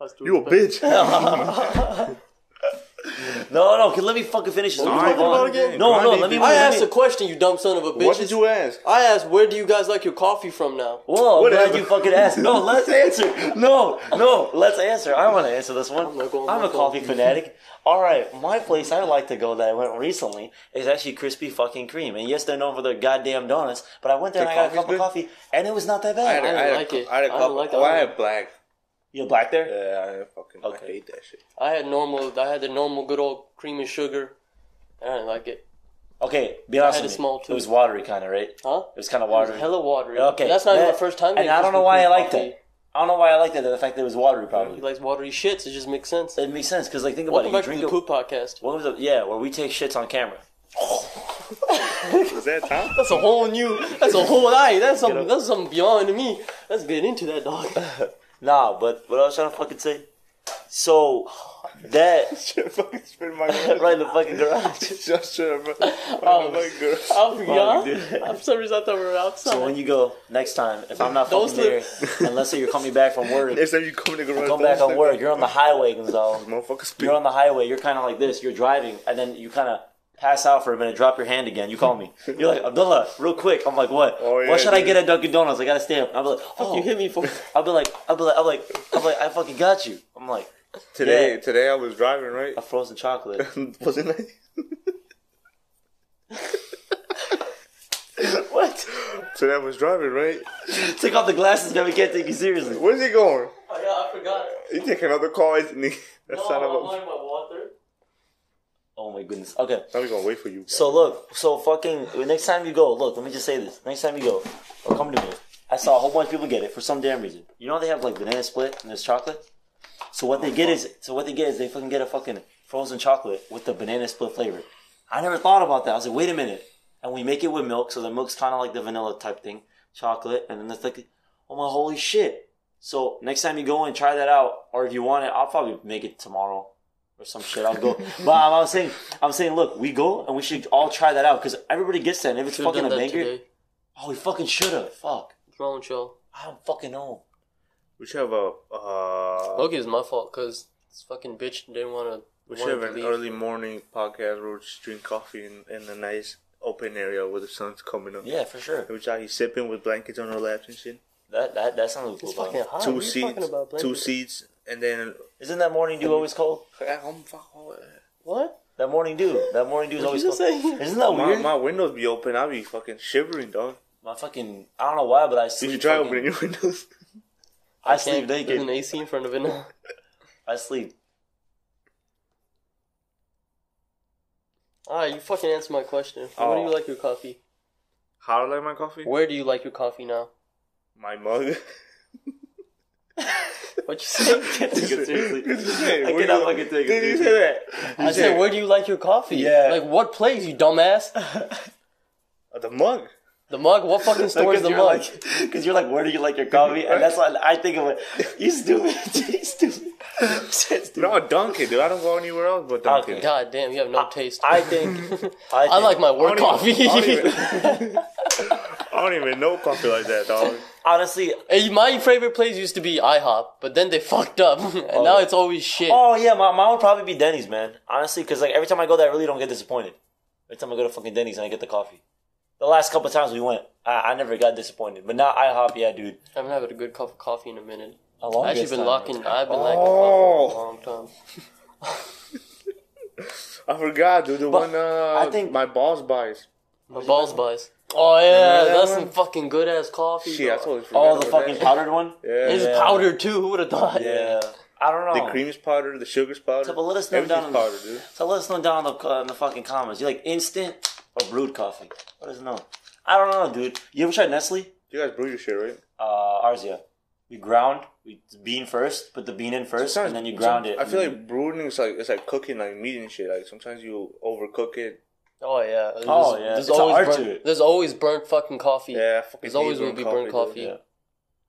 S4: That's too
S3: You a
S4: expensive.
S3: <laughs> bitch. All
S5: No, no, can let me fucking finish this.
S4: What
S5: Let's
S4: are you
S5: move
S4: talking
S5: on.
S4: about again?
S5: No, no,
S3: Grande
S5: let me.
S3: bitch.
S4: I
S5: let me-
S4: asked a question, you dumb son of a bitch.
S3: What did you ask?
S4: I asked, where do you guys like your coffee from now?
S5: Whoa, I'm glad
S3: Whatever.
S5: you fucking asked. No,
S4: <laughs>
S5: let's answer. No, no, let's answer. I want to answer this one.
S4: I'm not going-
S5: I'm a
S4: I'm not
S5: coffee fanatic. All right, my place I like to go that I went recently is actually Krispy fucking Cream. And yes, they're known for their goddamn donuts, but I went there
S3: Their
S5: and I got a cup
S3: coffee's
S5: of coffee, and it was not that
S3: I
S5: bad.
S3: had, a-
S4: don't
S3: I had
S4: like
S3: a,
S4: it.
S3: I had a
S4: I don't
S3: couple.
S4: like it.
S3: oh,
S4: I
S3: I
S4: don't-
S3: had black.
S5: You're black there?
S3: Yeah, I fucking I
S5: Okay.
S3: hate that <laughs> shit.
S4: I had normal, I had the normal good old cream and sugar. I didn't like it.
S5: Okay, be honest
S4: had
S5: with
S4: a
S5: me.
S4: small too.
S5: It was watery, kind of, right?
S4: Huh?
S5: It was kind of
S4: It was
S5: watery.
S4: hella watery.
S5: Okay,
S4: That's not even
S5: that-
S4: my first time.
S5: And
S4: getting
S5: I don't know
S4: Krispy
S5: why I
S4: Kreme
S5: liked
S4: coffee.
S5: that. I don't know why I liked that. The fact that it was watery,
S4: He
S5: probably.
S4: likes watery shits. It just makes sense.
S5: It makes sense because, like, think about
S4: Welcome
S5: it. You
S4: back to
S5: drink
S4: the
S5: a,
S4: poop podcast.
S5: what was the, yeah, where we take shits on camera.
S3: Is that time? <laughs>
S4: That's a whole new. That's <laughs> a whole eye. That's something. That's something beyond me. Let's get into that <laughs> dog.
S5: Nah, but what I was trying to fucking say. So that
S3: shit, fucking spit <laughs> in my
S5: right
S3: garage.
S5: in the fucking garage.
S3: Just shit, <laughs> bro.
S4: Oh.
S3: Oh my god.
S4: I'm
S5: dude.
S4: beyond. I'm sorry. I thought we were outside.
S5: So when you go next time, if I'm not
S4: Don't
S5: fucking there, and let's say you're coming back from work,
S3: Next time you come to the garage,
S5: come
S3: don't
S5: back on
S3: step <laughs>
S5: work, you're on the highway, Gonzalo.
S3: in. Motherfucker, spit.
S5: You're on the highway. You're kind of like this. You're driving, and then you kind of pass out for a minute, drop your hand again. You call me. You're like Abdullah, real quick. I'm like, what?
S3: Oh, yeah,
S5: what should I
S3: dude.
S5: get at Dunkin' Donuts? I gotta stay up. I'm like, oh,
S4: you hit me for.
S5: <laughs> I'll be like, I'll be like, I'm like, I'm like, I fucking got you. I'm like
S3: Today,
S5: Yeah.
S3: today I was <laughs> driving, right?
S5: a frozen chocolate.
S3: Wasn't I?
S5: What?
S3: So that was driving, right?
S5: Take off the glasses, man. We can't take you seriously.
S3: Where's he going?
S4: Oh, yeah, I forgot.
S3: He taking other calls and he. <laughs> That son of a.
S4: my water.
S5: Oh my goodness. Okay.
S3: Now we gonna wait for you.
S5: So look, so fucking next time you go, look, let me just say this. Next time you go, or come to me. I saw a whole bunch of people get it for some damn reason. You know how they have like banana split and there's chocolate? So what they get is so what they get is they fucking get a fucking frozen chocolate with the banana split flavor. I never thought about that. I was like, wait a minute. And we make it with milk, so the milk's kinda like the vanilla type thing. Chocolate, and then it's like oh my holy shit. So next time you go and try that out, or if you want it, I'll probably make it tomorrow or some shit.
S4: <laughs>
S5: I'll go. but I'm, I'm saying, I'm saying, look, we go and we should all try that out because everybody gets that. And if it's
S4: Should've
S5: fucking a
S4: done that
S5: banger,
S4: today.
S5: oh, we fucking should have. Fuck,
S4: It's wrong with y'all.
S5: I don't fucking know.
S3: We should have a. Uh,
S4: Loki, it's my fault because this fucking bitch didn't want
S3: we
S4: to.
S3: should have
S4: Wanted to
S3: an
S4: leave.
S3: early morning podcast where we just drink coffee in, in a nice open area where the sun's coming up.
S5: Yeah, for sure.
S3: And we just out here sipping with blankets on our laps and shit.
S5: That that that sounds cool.
S4: It's
S5: bro.
S4: fucking hot.
S3: two
S4: What are you talking
S3: seeds.
S4: about,
S3: Two
S4: Blanket?
S3: seeds. And then.
S5: Isn't that morning dew always cold?
S3: I'm fuck all that.
S4: What?
S5: That morning dew. That morning dew is
S4: What you
S5: always cold.
S4: just say?
S5: Isn't that
S3: My,
S5: weird? My,
S3: my windows be open. I be fucking shivering, dog.
S5: fucking I don't know why, but I
S3: Did
S5: sleep.
S3: you try
S5: fucking-
S3: opening your windows? <laughs>
S5: I sleep
S4: Can't- There's an
S5: naked.
S4: AC in front of it now.
S5: I sleep. <laughs>
S4: Alright, you fucking answer my question. Where do
S3: Oh.
S4: you like your coffee?
S3: How do I like my coffee?
S4: Where do you like your coffee now?
S3: My mug. <laughs>
S4: What you say?
S5: Take it seriously.
S3: I
S5: I cannot fucking take it.
S3: Did you
S5: seriously.
S3: say that?
S4: I said, where do you like your coffee?
S5: Yeah.
S4: Like, what place, you dumbass?
S3: Uh, The mug.
S4: The mug? What
S3: <laughs>
S4: fucking store is the
S5: you're
S4: mug?
S5: <laughs> Because you're like, where do you like your coffee? And that's why I think of it. <laughs> You stupid. You stupid. <laughs> Shit, stupid.
S3: No, Dunkin', dude. I don't go anywhere else but Dunkin'.
S5: Okay.
S4: God damn, you have no taste.
S5: I think. <laughs> I,
S4: I like my work
S3: I don't
S4: coffee.
S3: even- I don't even- I don't even know coffee like that, dog.
S5: Honestly.
S4: <laughs> Hey, my favorite place used to be IHOP, but then they <laughs> fucked up, and now it's always shit.
S5: Oh yeah, my mine would probably be Denny's, man. Honestly, because like every time I go there, I really don't get disappointed. Every time I go to fucking Denny's and I get the coffee. The last couple times we went, I, I never got disappointed. But now IHOP, yeah, dude.
S4: I haven't had a good cup of coffee in a minute.
S5: A long
S4: I actually
S5: ass
S4: been
S5: time.
S4: locking. I've been
S3: Oh.
S4: lacking coffee for a long time.
S3: I forgot, dude. The
S5: But
S3: one uh,
S5: I think-
S3: my boss buys.
S4: My balls buys. Oh yeah,
S3: that
S4: that's
S3: one?
S4: some fucking good ass coffee.
S3: Shit, I
S4: bro.
S3: totally forgot.
S5: Oh, the
S3: about
S5: fucking
S3: that.
S5: powdered one.
S3: <laughs> Yeah.
S4: It's
S5: Yeah.
S4: powder too. Who would have thought?
S5: Yeah. I don't know.
S3: The cream's powdered, the sugar's powdered.
S5: Oh. So, but let us know down
S3: Everything's
S5: in
S3: powdered,
S5: the,
S3: dude.
S5: so let us know down in the, uh, in the fucking comments. You like instant or brewed coffee? Let us know. I don't know, dude. You ever tried Nestle?
S3: You guys brew your shit, right?
S5: Uh, ours, yeah. We ground, we bean first, put the bean in first, and then you ground it.
S3: I feel
S5: and
S3: like brewing is like it's like cooking, like meat and shit. Like sometimes you overcook it.
S4: Oh yeah. There's,
S5: Oh, yeah.
S4: There's
S5: It's an
S4: always
S5: art to
S4: burnt,
S5: it.
S4: There's always burnt fucking coffee.
S3: Yeah, I fucking.
S4: There's always
S3: hate
S4: will be burnt
S3: dude.
S4: coffee.
S5: Yeah.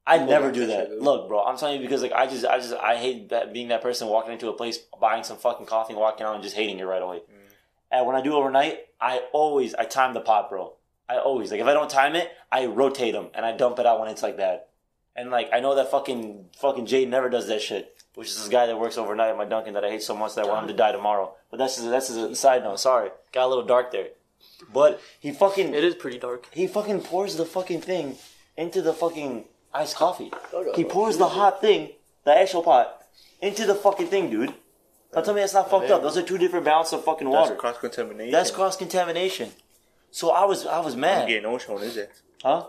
S5: I never
S3: like
S5: do
S3: that
S5: that.
S3: shit, dude.
S5: Look, bro, I'm telling you because like I just, I just, I hate that being that person walking into a place, buying some fucking coffee, and walking out and just hating it right away.
S3: Mm.
S5: And when I do overnight, I always, I time the pot, bro. I always like if I don't time it, I rotate them and I dump it out when it's like that. And like I know that fucking fucking Jade never does that shit, which is this guy that works overnight at my Dunkin' that I hate so much that I want him to die tomorrow. But that's just, that's just a side note. Sorry, got a little dark there. But he fucking
S4: It is pretty dark.
S5: he fucking pours the fucking thing into the fucking iced coffee. He pours the hot thing, the actual pot, into the fucking thing, dude. Now tell me that's not fucked up. Those are two different balances of fucking
S3: That's
S5: water.
S3: cross contamination.
S5: That's cross contamination. So I was I was mad,
S3: Getting OSHA, on, is it?
S5: huh?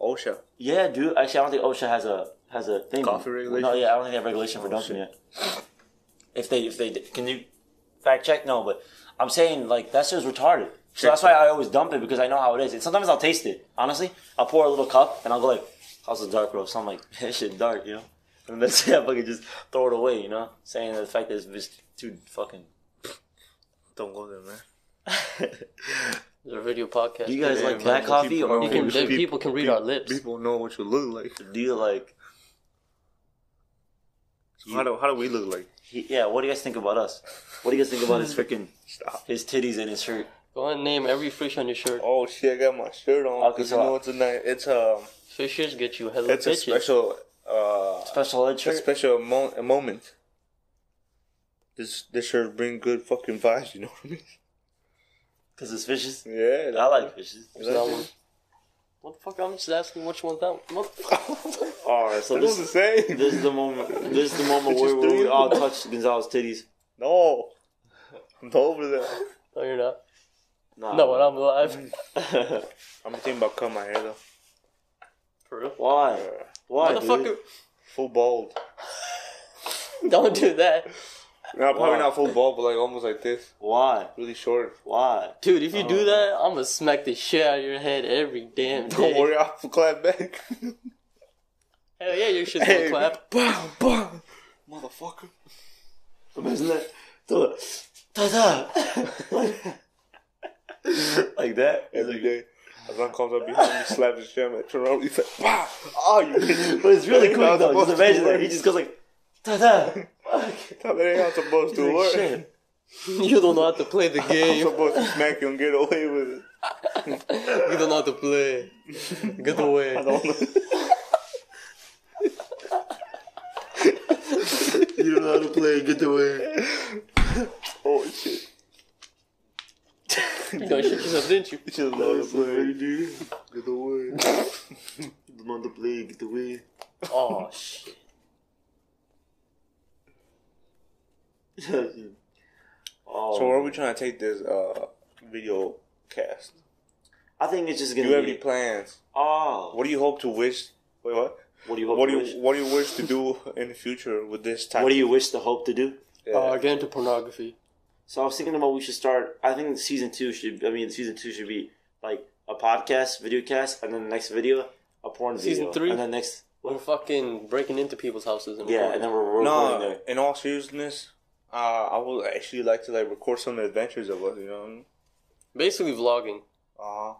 S3: OSHA.
S5: Yeah, dude. Actually, I don't think OSHA has a has a thing.
S3: Coffee regulation?
S5: No, yeah, I don't think they have regulation for dumping yet. If they if they can you fact check? No, but I'm saying like that's just retarded. So that's why I always dump it because I know how it is. And sometimes I'll taste it. Honestly, I'll pour a little cup and I'll go like, "How's the dark roast?" I'm like, <laughs> "That shit dark," you know. And that's it. <laughs> I fucking just throw it away, you know. Saying the fact that it's just too fucking.
S3: Don't go there, man.
S4: There's a video podcast.
S5: Do you guys
S3: Yeah,
S5: like
S3: man,
S5: black
S3: we'll
S5: coffee
S3: keep
S5: or
S3: going.
S4: You can,
S3: People-
S4: they- people can read our lips.
S3: People know what you look like.
S5: do you like?
S3: So how do how do we look like?
S5: He, yeah. What do you guys think about us? What do you guys think about <laughs> his freaking his titties and his shirt?
S4: Go ahead and name every fish on your shirt.
S3: Oh shit, I got my shirt on.
S5: Okay,
S3: 'cause
S5: so
S3: you
S5: I-
S3: know it's a night. It's a
S4: Fishes get you hella
S3: it's a
S4: bitches.
S3: special uh
S5: Special ed
S3: a
S5: shirt.
S3: special mo- a moment. This this shirt bring good fucking vibes. You know what I mean?
S5: Because it's fishes.
S3: Yeah.
S5: I like fishes.
S4: That one. What the fuck? I'm just asking which one's that one. What the fuck?
S5: Alright, so
S3: It was the
S5: this,
S3: same.
S5: this is the moment. This is the
S3: <laughs>
S5: moment
S3: It's
S5: where,
S3: just
S5: where we
S3: three.
S5: all touch Gonzalez titties.
S3: No, I'm over that.
S4: No, you're not.
S3: Nah,
S4: Not when I'm alive.
S3: I'm thinking about cutting my hair though.
S4: For real.
S5: Why? Why,
S4: Motherfucker,
S5: dude?
S3: Full bald.
S4: <laughs> don't do that.
S3: No, probably
S5: Why?
S3: not full bald, but like almost like this,
S5: Why?
S3: really short.
S5: Why?
S4: Dude, if you do that, I'm gonna smack the shit out of your head every damn day.
S3: Don't worry, I'll <laughs> clap back.
S4: Hell yeah, your shit's gonna
S3: Hey. <laughs>
S4: clap. <laughs>
S5: Bow, bow.
S3: Motherfucker.
S5: Imagine that. Do it. Da da. <laughs> like that. It's
S3: Every
S5: like-
S3: day. As I comes up behind me, slap his shit, man. Turn around, he's like, wow, oh, you <laughs> bitch.
S5: But it's really cool
S3: That was
S5: though. Just
S3: supposed
S5: imagine
S3: to
S5: that. He
S3: work.
S5: just goes like da da. Fuck.
S3: That ain't how it's supposed to
S5: Like,
S3: work.
S5: shit.
S4: You don't know how to play the
S3: I'm
S4: game.
S3: supposed to smack you and get away with it.
S4: You don't know how to play. Get away.
S3: I don't know.
S5: You don't know how to play. Get away.
S3: Oh, shit.
S4: You gonna shit yourself, didn't you?
S3: Just love to play.
S5: dude. Get away. you don't know how to play. Get away.
S4: Oh shit.
S5: oh,
S3: So, where are we trying to take this uh, video cast?
S5: I think it's just
S3: Do
S5: gonna
S3: you have
S5: be.
S3: any plans?
S5: oh,
S3: What do you hope to wish? Wait, what?
S5: what do you hope?
S3: What
S5: to
S3: do
S5: wish?
S3: you What do you wish to do in the future with this type?
S5: What do you wish to hope to do?
S3: Yeah.
S4: Uh, get into pornography.
S5: So I was thinking about we should start. I think season two should. I mean, season two should be like a podcast, video cast, and then the next video a porn
S4: Season
S5: video,
S4: three?
S5: and then next.
S4: We're fucking breaking into people's houses and
S5: Yeah,
S4: recording.
S5: and then we're recording
S3: no,
S5: there.
S3: in all seriousness, uh, I would actually like to like record some adventures of us. You know. What I mean?
S4: basically vlogging.
S3: Uh-huh.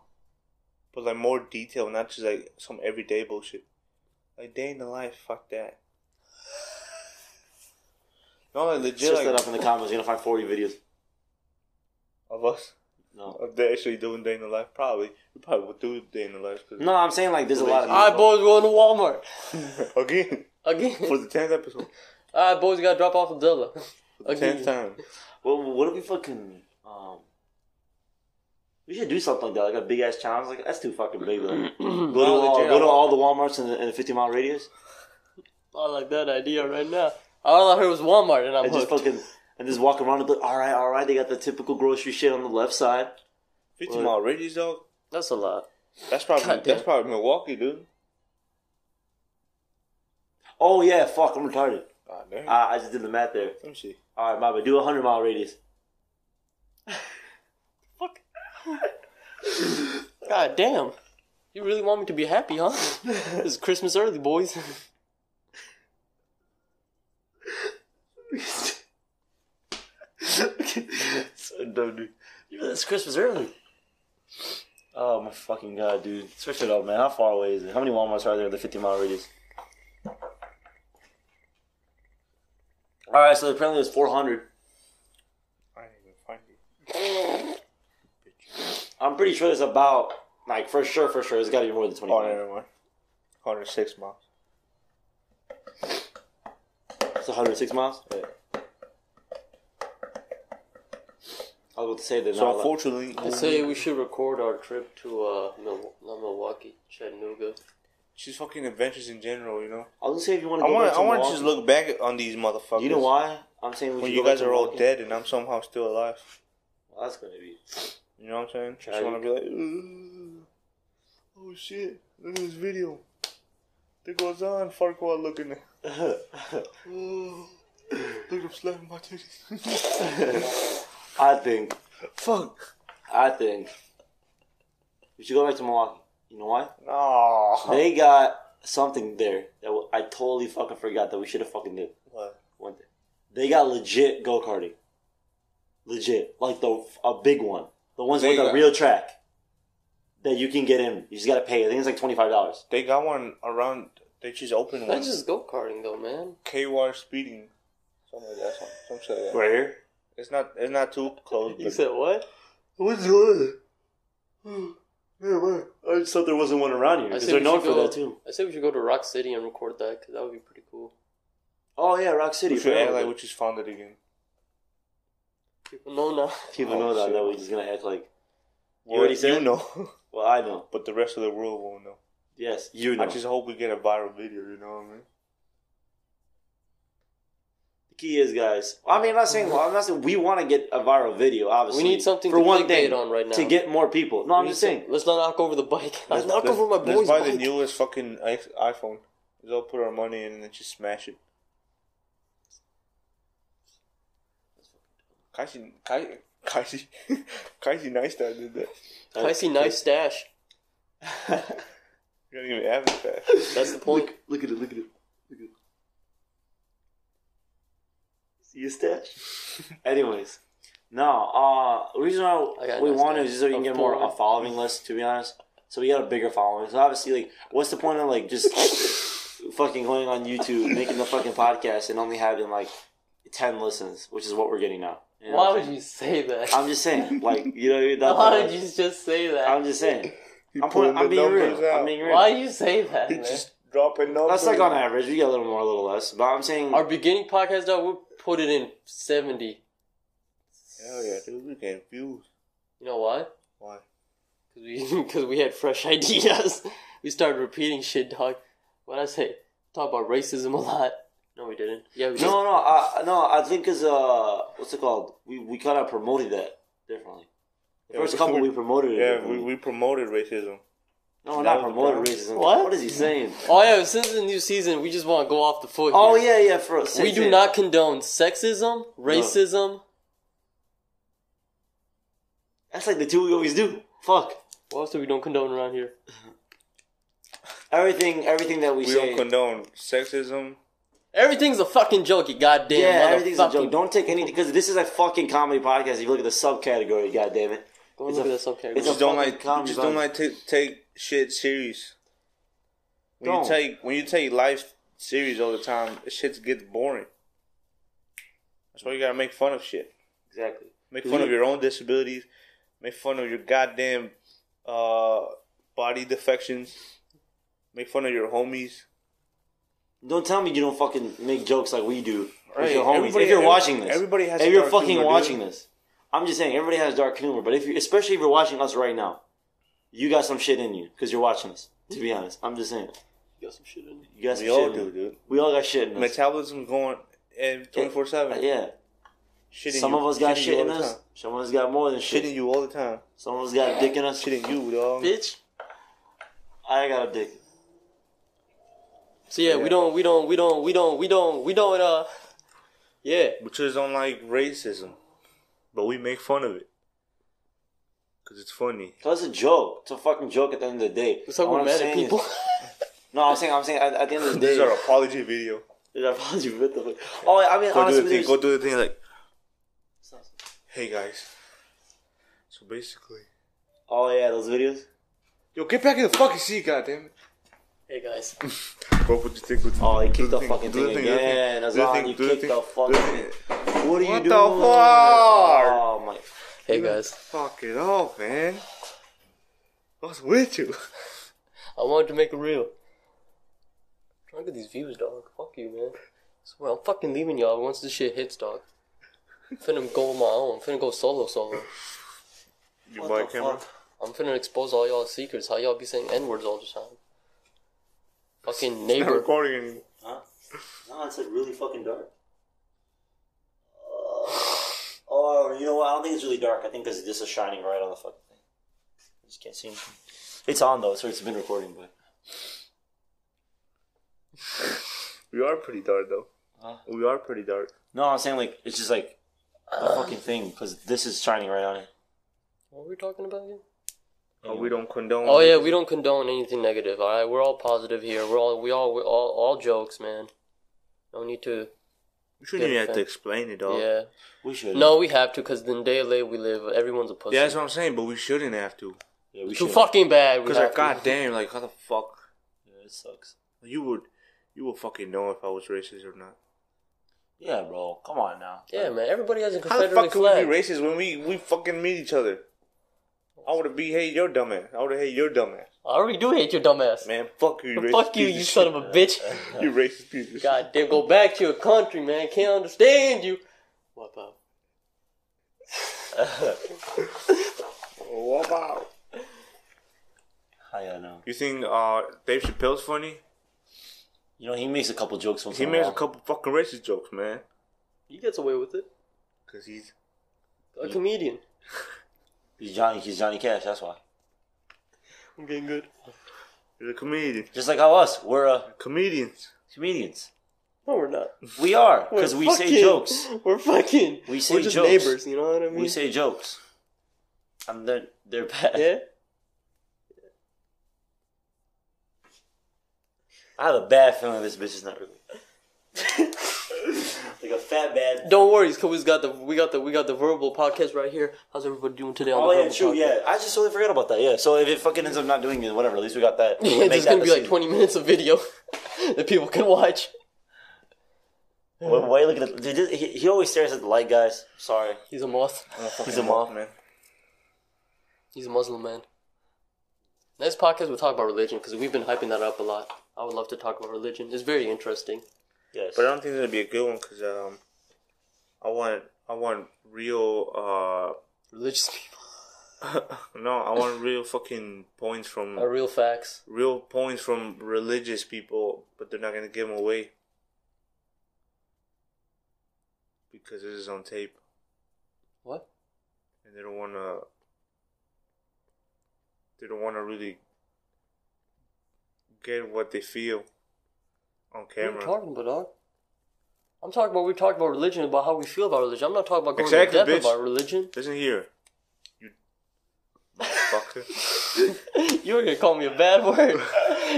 S3: But like more detail, not just like some everyday bullshit. Like day in the life, fuck that. No, like legit
S5: Just
S3: like,
S5: that up in the comments. You're gonna find 40 videos.
S3: of us.
S5: No,
S3: Of they actually doing day in the life, probably. We probably would do day in the life. Cause
S5: no, I'm saying like there's a lot of.
S4: Alright, boys, we're going to
S3: <laughs>
S4: Walmart.
S3: Again,
S4: Again. <laughs>
S3: for the tenth episode,
S4: Alright, boys, we gotta drop off the <laughs> Dilla.
S3: for the tenth
S4: Again.
S3: time.
S5: Well, what if we fucking um. We should do something like that, like a big ass challenge. Like that's too fucking big. Though. go to all,
S3: legit,
S5: go to
S3: I-
S5: all the WalMarts in the, in the 50 mile radius,
S4: I like that idea right now. All I heard was Walmart and I'm
S5: and just
S4: hooked.
S5: fucking and just walk around and be like, all right, all right. They got the typical grocery shit on the left side.
S3: Fifty
S5: What?
S3: mile radius, dog.
S4: That's a lot.
S3: That's probably
S4: God damn.
S3: that's probably Milwaukee, dude.
S5: Oh yeah, fuck, I'm retarded.
S3: God damn.
S5: I, I just did the math there.
S3: Let me see.
S5: All right, Mama, do a hundred
S3: <laughs>
S5: mile radius.
S4: God damn. You really want me to be happy,
S5: <laughs>
S4: huh? this is Christmas early, boys.
S5: so dumb, dude. Yeah, It's Christmas early. Oh my fucking god, dude! Switch it up, man. How far away is it? How many WalMarts are there in the 50 mile radius? All right, so apparently it's 400.
S3: I didn't even find it.
S5: I'm pretty sure there's about like for sure, for sure, it's got to be more than 20.
S3: Oh, never mind. Hundred six miles.
S5: It's 106 miles.
S3: Yeah.
S5: I was about to say that.
S3: So unfortunately,
S4: I say we should record our trip to uh, Mil- not Milwaukee, Chattanooga.
S3: she's fucking adventures in general, you know.
S5: I was gonna say if you want
S3: I
S5: to go
S3: want
S5: back
S3: to.
S5: to
S3: I want to
S5: Milwaukee-
S3: just look back on these motherfuckers.
S5: You know why? I'm saying we
S3: When
S5: should
S3: you
S5: go back
S3: guys
S5: to
S3: are all
S5: Milwaukee.
S3: dead and I'm somehow still alive.
S5: Well, that's gonna be. <laughs>
S3: You know what I'm saying? Just
S5: Tragic.
S3: want to be like, "Ugh. oh shit, look at this video. There goes on Farquaad looking at. Ugh. Look at him slapping my titties. <laughs>
S5: I think.
S3: Fuck.
S5: I think. We should go back to Milwaukee. You know why?
S3: No.
S5: They got something there that w- I totally fucking forgot that we should have fucking did
S3: <laughs> What?
S5: one day. They got legit go karting. Legit, like the a big one, the ones
S3: They
S5: with a
S3: got-
S5: real track that you can get in. You just gotta pay. I think it's like twenty five dollars.
S3: They got one around. They just opened one.
S4: That's just go karting, though, man.
S3: KY speeding. Something like that. Some, some shit like that.
S5: Right here.
S3: It's not. It's not too close.
S4: You
S3: but-
S4: said what?
S5: What's going on? I just thought there wasn't one around here
S4: I
S5: because
S4: said
S5: they're
S4: we
S5: known
S4: should
S5: for
S4: go-
S5: that too.
S4: I say we should go to Rock City and record that because that would be pretty cool.
S5: Oh yeah, Rock City.
S3: we should act
S5: forever.
S3: like we just found it again.
S4: People know now. <laughs>
S5: People
S3: Oh,
S5: know that.
S3: shit.
S5: That we're just gonna act like. You
S3: Well,
S5: already said.
S3: You know. <laughs>
S5: Well, I know.
S3: but the rest of the world won't know.
S5: Yes, you know.
S3: I just hope we get a viral video. You know what I mean?
S5: The key is, guys. I mean, I'm not saying. I'm not saying we want to get a viral video. Obviously,
S4: We need something
S5: for
S4: to
S5: one
S4: clickbait
S5: thing
S4: on right now.
S5: to get more people. No, I'm
S4: We
S5: just
S4: need
S5: saying.
S4: some- Let's not knock over the bike. Let's knock
S3: Let's-
S4: over my
S3: Let's
S4: boy's
S3: buy the
S4: bike.
S3: newest fucking i- iPhone. Let's all put our money in and then just smash it. Kaiji, Kai, <laughs> Kaiji, Kaiji Neistat did that.
S4: I see nice stash.
S3: You don't even have it fast.
S4: That's the
S5: <laughs>
S4: point.
S5: Look at it. Look at it. Look at it. See your stash. Anyways, no. Uh, reason
S4: I got
S5: why
S4: a
S5: we
S4: nice
S5: wanted
S4: stash
S5: is just so we can
S4: of
S5: get more a
S4: porn.
S5: following list. To be honest, so we got a bigger following. So obviously, like, what's the point of
S4: <laughs>
S5: like just fucking going on YouTube, making the fucking podcast, and only having like ten listens, which is what we're getting now. You know what
S4: Why
S5: I'm
S4: would
S5: saying?
S4: you say that?
S5: I'm just saying, like, you know, what I mean?
S4: <laughs>
S5: That's- <laughs>
S4: Why would you just say that?
S5: I'm just saying.
S3: He
S5: I'm, putting,
S3: pulling
S5: I'm
S3: the
S5: being
S3: numbers
S5: real. I'm
S3: out.
S5: being real.
S4: Why do you say that,
S3: He
S4: man?
S3: just dropping numbers.
S5: That's like on average. We get a little more, a little less. But I'm saying
S4: Our beginning podcast, dog, we put it in 70.
S3: Hell yeah, dude, we getting views.
S4: You know why?
S3: Why?
S4: Because we, <laughs> 'cause we had fresh ideas. we started repeating shit, dog. What I say? Talk about racism a lot. No, we didn't. Yeah, we did.
S5: No, no, I, no. I think is uh, what's it called? We we kind of promoted that differently. The
S3: Yeah,
S5: first
S3: we-
S5: couple
S3: we-
S5: we promoted it.
S3: Yeah, we,
S5: differently.
S3: we promoted racism.
S5: no,
S3: that was
S5: not
S3: the
S5: promoted
S3: problem.
S5: racism.
S4: What?
S5: What is he saying?
S4: Oh, yeah, since the new season, we just want to go off the foot.
S5: Oh
S4: here.
S5: yeah, yeah. For
S4: We do not condone sexism, racism.
S5: That's like the two we always do. Fuck
S4: What else do we don't condone around here?
S5: everything. Everything that we,
S3: We
S5: say.
S3: don't condone sexism.
S4: Everything's a fucking joke, you goddamn
S5: yeah,
S4: motherfucker.
S5: everything's a joke. Don't take any because this is a fucking comedy podcast. If you look at the subcategory, goddammit. it.
S4: Go and look
S5: It's a-
S4: at this subcategory.
S5: it's
S3: We
S5: a
S3: just don't
S5: fucking
S3: like.
S5: comedy
S3: We just don't
S5: vibe.
S3: like ta- take shit serious. When
S5: Don't.
S3: you take when you take life serious all the time, shit gets boring. That's why you gotta make fun of shit.
S5: Exactly.
S3: Make fun of your own disabilities. Make fun of your goddamn uh, body defections. Make fun of your homies.
S5: Don't tell me you don't fucking make jokes like we do with
S3: Right.
S5: your homies.
S3: Everybody-
S5: If you're
S3: every-
S5: watching this,
S3: everybody has
S5: If
S3: a
S5: you're
S3: dark
S5: fucking
S3: humor, dude.
S5: watching this, I'm just saying everybody has dark humor. But if you, especially if you're watching us right now, you got some shit in you because you're watching us. To be honest, I'm just saying
S4: You got some shit in it.
S5: you got some
S3: We
S5: shit.
S3: all
S5: in
S3: do,
S5: you.
S3: dude.
S5: We all got shit in us.
S3: Metabolism's going twenty four
S5: Uh,
S3: seven.
S5: yeah, some of us got shit in us. Some of us got more than shit.
S3: Shitting you all the time.
S5: Some of us got dick in us.
S3: Shitting you, dog.
S4: Bitch.
S5: I got a dick.
S4: So yeah, we don't, we don't, we don't, we don't, we don't, we don't. Uh, yeah.
S3: Because don't like racism, but we make fun of it because it's funny.
S5: Cause it's a joke. It's a fucking joke at the end of the day.
S4: It's like
S5: What
S4: we're
S5: I'm
S4: mad at
S5: saying is-
S4: people.
S5: <laughs> no, I'm saying, I'm saying, at, at the end of the
S3: This
S5: day,
S3: is our apology video.
S5: Did I apologize for what the fuck? Oh, I mean,
S3: Go do
S5: honestly,
S3: the thing.
S5: there's-
S3: Go do the thing. Like, hey guys. So basically,
S5: oh yeah, those videos.
S3: yo, get back in the fucking seat, goddamn it.
S4: hey guys.
S3: What would you think? Would
S5: Oh, he
S3: do
S5: kicked the
S3: thing,
S5: fucking
S3: do
S5: thing
S3: do
S5: again.
S3: do
S5: That's
S3: the
S5: all,
S3: thing,
S5: you
S3: do
S5: kicked
S3: thing,
S5: the
S3: do
S5: fucking-
S3: thing.
S5: What are you
S3: What
S5: doing?
S3: the fuck?
S5: Oh my!
S4: Hey guys.
S3: Fuck it off, man. What's with you?
S4: I wanted to make it real. Trying to get these views, dog. Fuck you, man. swear, I'm fucking leaving y'all once this shit hits, dog. I'm finna go on my own. I'm finna go solo, solo.
S3: You
S5: What
S3: buy a
S5: the
S3: camera?
S5: fuck?
S4: I'm finna expose all y'all secrets. How y'all be saying n words all the time? Fucking neighbor.
S3: Not recording anymore.
S5: Huh? No, it's like really fucking dark. <sighs> Uh, oh, you know what? I don't think it's really dark. I think because this is shining right on the fucking thing. I just can't see anything. It's on though, so it's been recording, but
S3: We are pretty dark though.
S5: Huh?
S3: We are pretty dark.
S5: no, I'm saying like it's just like the fucking thing because this is shining right on it.
S4: What were we talking about again?
S3: Oh, we don't condone.
S4: Oh yeah, we don't condone anything negative. All right, we're all positive here. We're all we all we all all jokes, man. No need to.
S3: You shouldn't
S4: Yeah,
S3: even have to
S4: fair.
S3: explain it, dog.
S4: Yeah.
S5: We should.
S4: No, we have to, cause in the day late we live, everyone's a pussy.
S3: Yeah, that's what I'm saying, but we shouldn't have to.
S5: Yeah, we
S4: Too
S5: should.
S4: fucking bad. we
S3: Because,
S4: have
S3: like,
S4: to.
S3: goddamn, like, how the fuck?
S5: Yeah, it sucks.
S3: You would you would fucking know if I was racist or not.
S5: Yeah, bro. Come on now.
S4: Yeah, man. Everybody has a
S3: How the
S4: Confederate
S3: fuck could we
S4: flag.
S3: be racist when we, we fucking meet each other? I would have be hate your dumb ass. I would have hate your dumb ass.
S4: I already do hate your dumbass.
S3: Man, fuck you, you racist
S4: Fuck you,
S3: piece
S4: you
S3: of
S4: son
S3: shit.
S4: of a bitch.
S3: You racist piece of shit.
S4: God damn, go back to your country, man. Can't understand you. What about?
S3: What about?
S5: I don't know.
S3: You think uh, Dave Chappelle's funny?
S5: You know, he makes a couple jokes once
S3: He
S5: in a
S3: makes a
S5: while.
S3: couple fucking racist jokes, man.
S4: He gets away with it.
S3: Cause he's Mm.
S4: A comedian.
S5: He's Johnny. He's Johnny Cash. That's why.
S4: I'm getting good.
S3: he's a comedian.
S5: Just like how us, we're uh,
S3: Comedians.
S5: comedians.
S4: No, we're not.
S5: We are
S4: We're
S5: because we say
S4: fucking-
S5: jokes.
S4: We're fucking.
S5: We say
S4: we're just
S5: jokes.
S4: neighbors. You know what I mean?
S5: We say jokes. And they're they're bad.
S4: yeah.
S5: I have a bad feeling this bitch is
S4: <laughs>
S5: not really. like a fat
S4: <laughs>
S5: bad.
S4: Don't worry, cause we got the we got the we got the verbal podcast right here. How's everybody doing today? On
S5: Oh
S4: the
S5: yeah,
S4: verbal
S5: true.
S4: podcast?
S5: Yeah, I just totally forgot about that. Yeah. So if it fucking ends up not doing it, whatever. At least we got that.
S4: <laughs>
S5: We'll
S4: it's
S5: make
S4: just
S5: that
S4: gonna
S5: the
S4: be like
S5: season.
S4: twenty minutes of video <laughs> that people can watch.
S5: Why, why you looking at? Did this, he, he always stares at the light, guys. Sorry,
S4: He's a moth.
S5: he's a mom.
S3: man.
S4: He's a Muslim man. Next podcast we'll talk about religion because we've been hyping that up a lot. I would love to talk about religion. It's very interesting.
S5: Yes.
S3: But I don't think it'll be a good one because um, I want I want real uh
S4: Religious people
S3: no I want real fucking points from
S4: are real facts.
S3: real points from religious people, but they're not gonna give them away because this is on tape,
S4: What?
S3: and they don't wanna. They don't wanna really get what they feel on
S4: What are you
S3: camera.
S4: talking about, dog? I'm talking about we talked about religion, about how we feel about religion. I'm not talking about going
S3: Exactly,
S4: to
S3: bitch.
S4: depth about religion. <laughs>
S3: Listen here, you
S4: <laughs>
S3: motherfucker.
S4: You were gonna call me a bad word.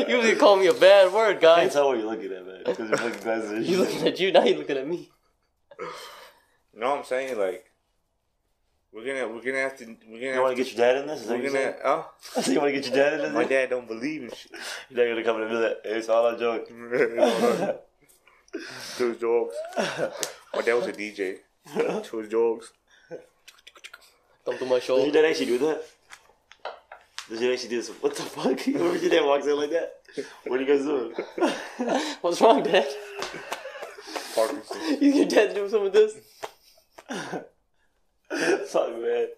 S4: <laughs> You were gonna call me a bad word,
S5: I can
S4: guys. <laughs>
S5: tell what you're looking at, man. Because your fucking glasses are
S4: He's looking at you, now he's looking at me.
S3: You know what I'm saying? Like, we're gonna we're gonna have to we're gonna
S5: You want
S3: have
S5: to get your dad in this? Is
S3: to,
S5: that
S3: we're
S5: what
S3: gonna
S5: you're
S3: oh
S5: saying? <laughs> you want to get your dad in
S3: my <laughs>
S5: this?
S3: dad don't believe in shit. <laughs>
S5: You're not gonna come and do that. It's all a joke.
S3: to his dogs. My dad was a DJ. To his dogs.
S4: Come to my
S5: Does your <laughs>
S4: shoulder.
S5: dad actually do that? Does your dad actually do this? What the fuck? <laughs> Where your dad walks in like that? What are you guys doing?
S4: What's wrong, Dad? <laughs>
S3: Parkinson's.
S4: You your dad do some of this?
S5: <laughs> fuck, man.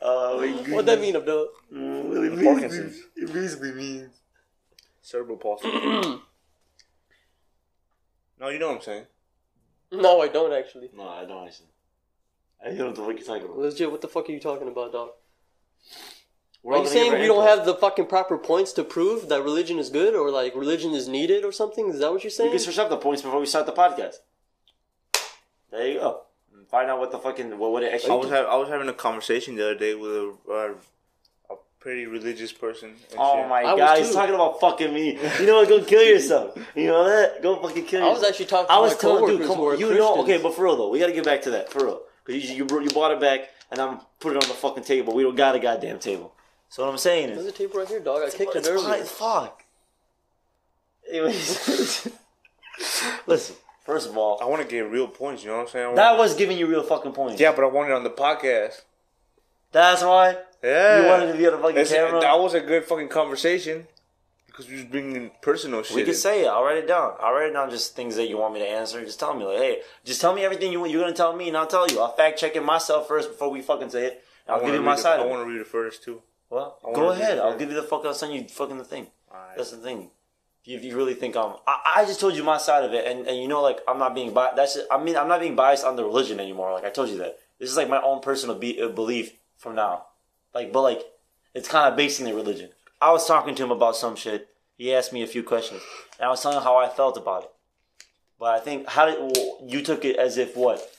S5: Uh, we-
S4: What that mean, Abdullah?
S5: Mm, It means-
S3: Parkinson's.
S5: It basically means.
S3: Cerebral palsy. <clears throat> no, you know what I'm saying.
S4: No, I don't actually.
S5: No, I don't actually. I don't know what the fuck you're talking about.
S4: Legit, what the fuck are you talking about, dog?
S5: We're
S4: Are
S5: all
S4: you
S5: gonna
S4: saying
S5: get
S4: we don't
S5: input.
S4: have the fucking proper points to prove that religion is good or like religion is needed or something? Is that what you're
S5: We
S4: saying?
S5: can search up the points before we start the podcast. There you go. Find out what the fucking what, what it
S3: I
S5: actually.
S3: was ha- I was having a conversation the other day with a uh, a pretty religious person. and
S5: Oh
S3: shit.
S5: my
S4: I was
S5: god, he's
S4: too.
S5: talking about fucking me. You know what? Go kill yourself. You know that? Go fucking kill
S4: I
S5: yourself.
S4: was actually talking to
S5: I was
S4: my
S5: telling dude,
S4: coworkers
S5: come
S4: who are
S5: on. You know,
S4: Christians.
S5: okay, but for real though, we gotta get back to that for real. Cause you, you br- you brought it back, and I'm putting it on the fucking table. We don't got a goddamn table. So what I'm saying
S4: There's
S5: is,
S4: a tape right here, dog. I kicked it
S5: it's fine.
S4: earlier.
S5: Fuck. Anyways, <laughs> listen. First of all,
S3: I want to get real points. You know what I'm saying? I
S5: that
S3: wanna-
S5: was giving you real fucking points.
S3: yeah, but I want it on the podcast.
S5: That's why
S3: Yeah,
S5: you wanted to be on the fucking
S3: That's-
S5: camera.
S3: That was a good fucking conversation because we was bringing personal shit.
S5: We
S3: in.
S5: can say it. I'll write it down. I'll write it down just things that you want me to answer. Just tell me, like, hey, just tell me everything you, you're going to tell me, and I'll tell you. I'll fact check it myself first before we fucking say it.
S3: I
S5: and I'll give
S3: wanna
S5: you my
S3: read it-
S5: side.
S3: I
S5: of it.
S3: want to read it first too.
S5: Well,
S3: I
S5: go
S3: wanna read
S5: ahead.
S3: it
S5: I'll
S3: first.
S5: give you the fuck. I'll send you fucking the thing.
S3: Alright.
S5: That's the thing. If you, if you really think I'm, I, I just told you my side of it, and, and you know, like I'm not being biased. That's just, I mean, I'm not being biased on the religion anymore. Like I told you that. This is like my own personal be, uh, belief from now. Like, but like, it's kind of based in the religion. I was talking to him about some shit. He asked me a few questions, and I was telling him how I felt about it. But I think how did well, you took it as if what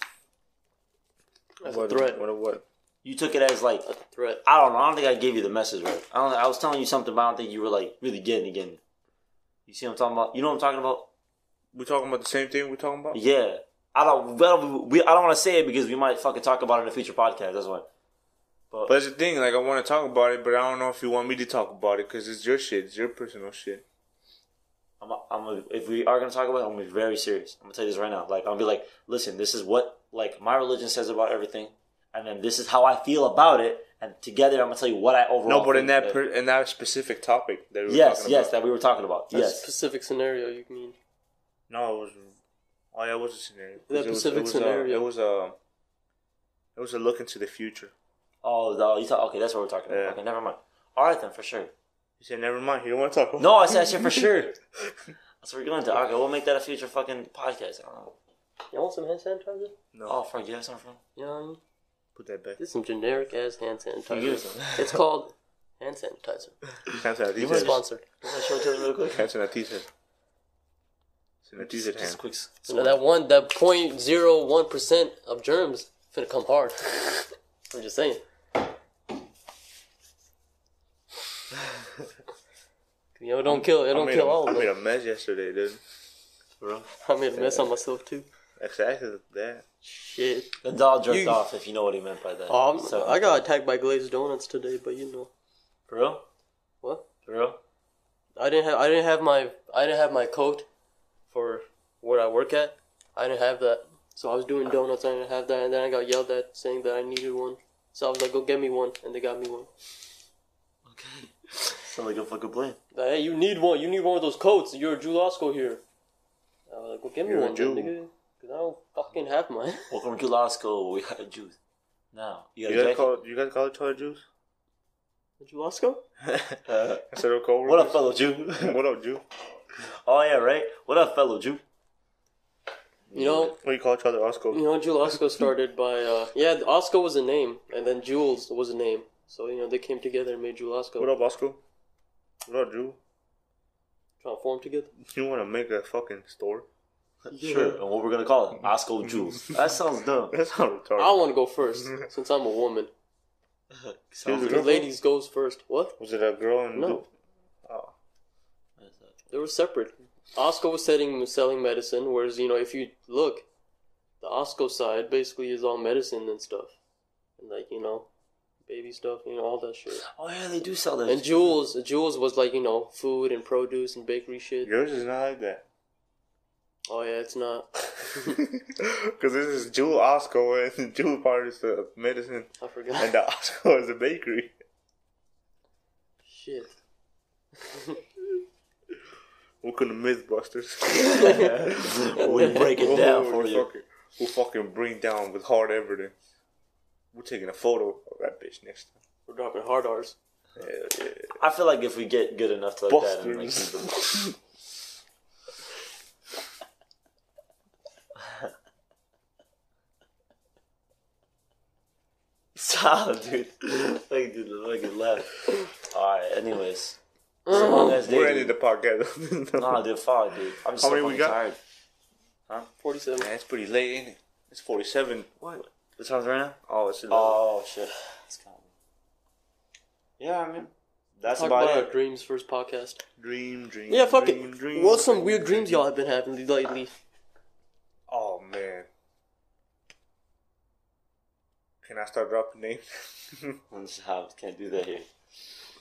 S4: That's
S3: what
S4: a threat.
S3: What? What?
S5: you took it as like
S4: That's a threat.
S5: I don't know. I don't think I gave you the message right. I don't. I was telling you something, but I don't think you were like really getting it, getting. it. You see what I'm talking about? You know what I'm talking about?
S3: We talking about the same thing? We talking about?
S5: Yeah. I don't. Well, we. I don't want to say it because we might fucking talk about it in a future podcast. That's why.
S3: But that's the thing. Like, I want to talk about it, but I don't know if you want me to talk about it because it's your shit. It's your personal shit.
S5: I'm. I'm. If we are gonna talk about it, I'm gonna be very serious. I'm gonna tell you this right now. Like, I'll be like, listen, this is what like my religion says about everything, and then this is how I feel about it, and together I'm gonna tell you what I overall.
S3: No, but in
S5: think
S3: that per, in that specific topic that we were
S5: yes,
S3: talking
S5: yes,
S3: about.
S5: that we were talking about.
S4: That's a
S5: yes.
S4: specific scenario you mean.
S3: No, it was. Oh, yeah, it was a scenario.
S4: That
S3: It was-
S4: specific
S3: it was,
S4: scenario.
S3: Uh, it was a. It was a look into the future.
S5: Oh, no, you talk. Okay, that's what we're talking about.
S3: Yeah.
S5: Okay, never mind. All right then, for sure.
S3: You said, "Never mind. You don't want to talk about."
S5: No, I said that shit for sure. That's what we're going to. Okay, we'll make that a future fucking podcast. I don't know.
S4: You want some hand sanitizer?
S3: No.
S5: Oh, fuck, you have some from?
S4: You know what I mean?
S3: Put that back.
S4: This is some generic ass hand
S5: get
S4: sanitizer.
S5: some.
S4: it's called
S3: <laughs>
S4: hand sanitizer.
S3: Cancel that
S5: You
S3: t-shirt.
S5: wanna just-
S4: Sponsored. You wanna show it to them real
S3: <laughs>
S4: quick?
S3: Cancel that t-shirt. It's in a t-shirt
S5: Just
S3: hand.
S5: quick.
S4: So now that one, that point zero one percent of germs finna come
S3: <laughs>
S4: hard. I'm just saying. you know, it don't kill. It
S3: I
S4: don't
S3: made,
S4: kill
S3: a,
S4: all
S3: I
S4: of
S3: made
S4: them.
S3: a mess yesterday, dude. Bro.
S4: I made a mess on myself too.
S3: Exactly that.
S4: Shit.
S5: The doll jerked
S4: You-
S5: off, if you know what he meant by that.
S4: Oh, I'm,
S5: So-
S4: I got attacked by glazed donuts today, but you know
S5: For real?
S4: what?
S5: For real?
S4: I didn't have. I didn't have my. I didn't have my coat for where I work at. I didn't have that, so I was doing donuts. I didn't have that, and then I got yelled at saying that I needed one. So I was like, "Go get me one," and they got me one.
S5: Okay. Sound like a fucking plan.
S4: Like, hey, you need one. You need one of those coats. You're a Jew Lasco here. I was like, well, give me
S3: You're a
S4: one,
S3: Jew.
S4: then, nigga. Because I don't fucking have mine. <laughs>
S5: Welcome to law school. We got Jews. Now.
S3: You
S5: You got a
S3: guys
S5: jacket?
S3: call you guys call it toilet juice?
S4: A Jew Lasco?
S3: Instead of cold
S5: <laughs> What up, fellow Jew? <laughs>
S3: What up, <laughs> Jew?
S5: oh, yeah, right? What up, fellow Jew?
S4: You know,
S3: What do you call each other,
S4: you
S3: Osco?
S4: know, Jew Lasco started by, uh, yeah, Osco was a name, and then Jules was a name. So, you know, they came together and made Jew Lasco.
S3: What up, Osco? What up, Jew?
S4: Trying to form together.
S3: You wanna make a fucking store? <laughs>
S5: Sure. And what we're going to call it? Osco Jews. That sounds dumb.
S3: That's not retarded.
S4: I want to
S3: <laughs>
S4: go first, since I'm a woman.
S5: Sounds
S3: Dude,
S5: good.
S4: The ladies goes first. What?
S3: Was it a girl and
S4: No.
S3: Oh.
S4: They were separate. Osco was selling, selling medicine, whereas, you know, if you look, the Osco side basically is all medicine and stuff. And, like, you know, baby stuff, you know, all that shit.
S5: Oh, yeah, they do sell that.
S4: And Jules, Jules was like, you know, food and produce and bakery shit.
S3: Yours is not like
S5: <laughs>
S3: that.
S4: Oh, yeah, it's not.
S3: Because this is Jewel Osco, and <laughs> the Jewel part is the medicine,
S4: I
S3: and uh,
S4: forgot.
S3: the <laughs> Osco is the bakery.
S4: <laughs> shit.
S3: Welcome to
S5: <laughs>
S3: Mythbusters.
S5: we break it
S3: <laughs>
S5: down for you.
S3: Fucking, we'll fucking bring down with hard evidence. We're taking a photo of that bitch next time.
S4: We're dropping hard R's.
S3: Hell yeah.
S5: I feel like if we get good enough to like that and like
S3: Busters.
S5: <laughs> Stop, dude. Like, dude, I fucking laugh. Alright, anyways. So long as they
S3: Mm. We're
S5: do-
S3: ending the podcast. <laughs>
S5: Nah, dude, fuck, dude. I'm just
S3: How
S5: so
S3: many we
S5: fucking
S3: got?
S5: tired.
S4: 47.
S3: Man, it's pretty late, ain't it? It's 47.
S5: What? The time's right now?
S3: Oh, it's 11.
S5: Oh, shit. It's kind of... Yeah, I mean, that's
S4: Talk
S5: about,
S4: about our
S5: it.
S4: dreams first podcast.
S3: dream, dream.
S4: Yeah, fuck
S3: dream,
S4: it.
S3: Dream,
S4: What's some
S3: dream,
S4: weird
S3: dream.
S4: dreams y'all have been having lately?
S3: Oh, man. Can I start dropping names? <laughs>
S5: Stop, can't do that here.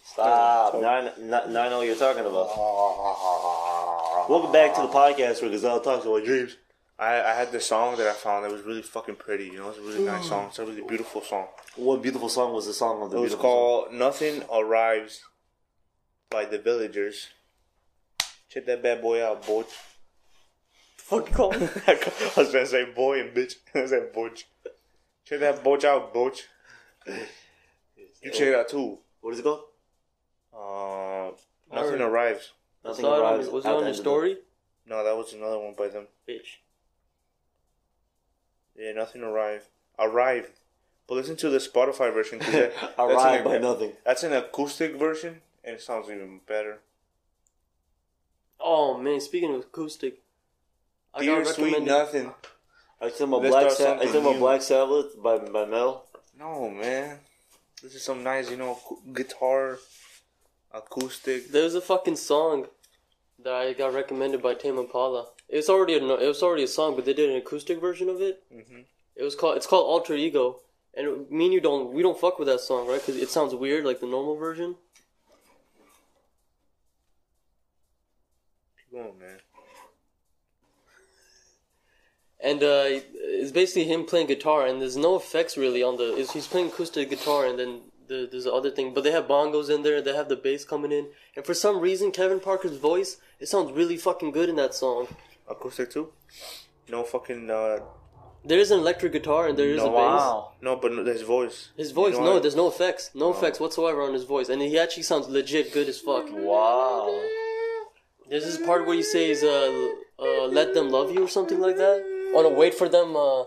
S5: Stop. Now, I kn- now, now I know what you're talking about.
S3: Ah.
S5: Welcome back to the podcast where Gazelle talks about dreams.
S3: I, I had this song that I found that was really fucking pretty. You know, it's a really nice song. It's a really beautiful song.
S5: What beautiful song was the song of the
S3: It was
S5: beautiful
S3: called "Nothing Arrives" by the Villagers. Check that bad boy out, boy.
S4: Fuck call.
S3: <laughs> I was gonna say boy and bitch. <laughs> I said butch. Check that butch out, butch. You check it out too.
S5: Song. What is it called?
S3: Uh, nothing arrives.
S4: Was
S5: Nothing
S4: it on,
S5: arrives
S4: was it
S5: at
S4: on your
S5: the end of
S4: <laughs>
S5: the-
S4: story?
S3: No, that was another one by them.
S4: Bitch.
S3: Yeah, nothing arrived. Arrived. But listen to the Spotify version. 'cause
S5: <laughs>
S3: that- that's an
S5: Arrived by
S3: ac-
S5: nothing.
S3: That's an acoustic version, and it sounds even better.
S4: Oh, man, speaking of acoustic. I
S3: Dear
S4: got
S3: sweet
S4: recommended-
S3: nothing.
S5: Are you talking about
S3: Let's
S5: Black,
S3: start
S5: Sa- are you
S3: something
S5: talking about
S3: new.
S5: Black Sabbath by, by Mel?
S3: No, man. This is some nice, you know, acou- guitar, acoustic.
S4: There's a fucking song that I got recommended by Tame Impala. It's already a, it was already a song, but they did an acoustic version of it. Mm-hmm. It was called it's called Alter Ego, and it, me and you don't we don't fuck with that song, right? Because it sounds weird, like the normal version.
S3: Keep going, man.
S4: And uh, it's basically him playing guitar, and there's no effects really on the. It's, he's playing acoustic guitar, and then the, there's the other thing. But they have bongos in there, they have the bass coming in, and for some reason, Kevin Parker's voice it sounds really fucking good in that song.
S3: Acoustic too. No fucking. Uh,
S4: There is an electric guitar, and there is
S3: no,
S4: a bass.
S3: No, but no, his voice.
S4: His voice,
S3: You know
S4: no,
S3: what? Oh.
S4: there's no effects, no effects whatsoever on his voice, and he actually sounds legit good as fuck.
S5: Wow.
S4: There's this part where he says, uh, uh, "Let them love you" or something like that. Oh no, wait for them. Uh,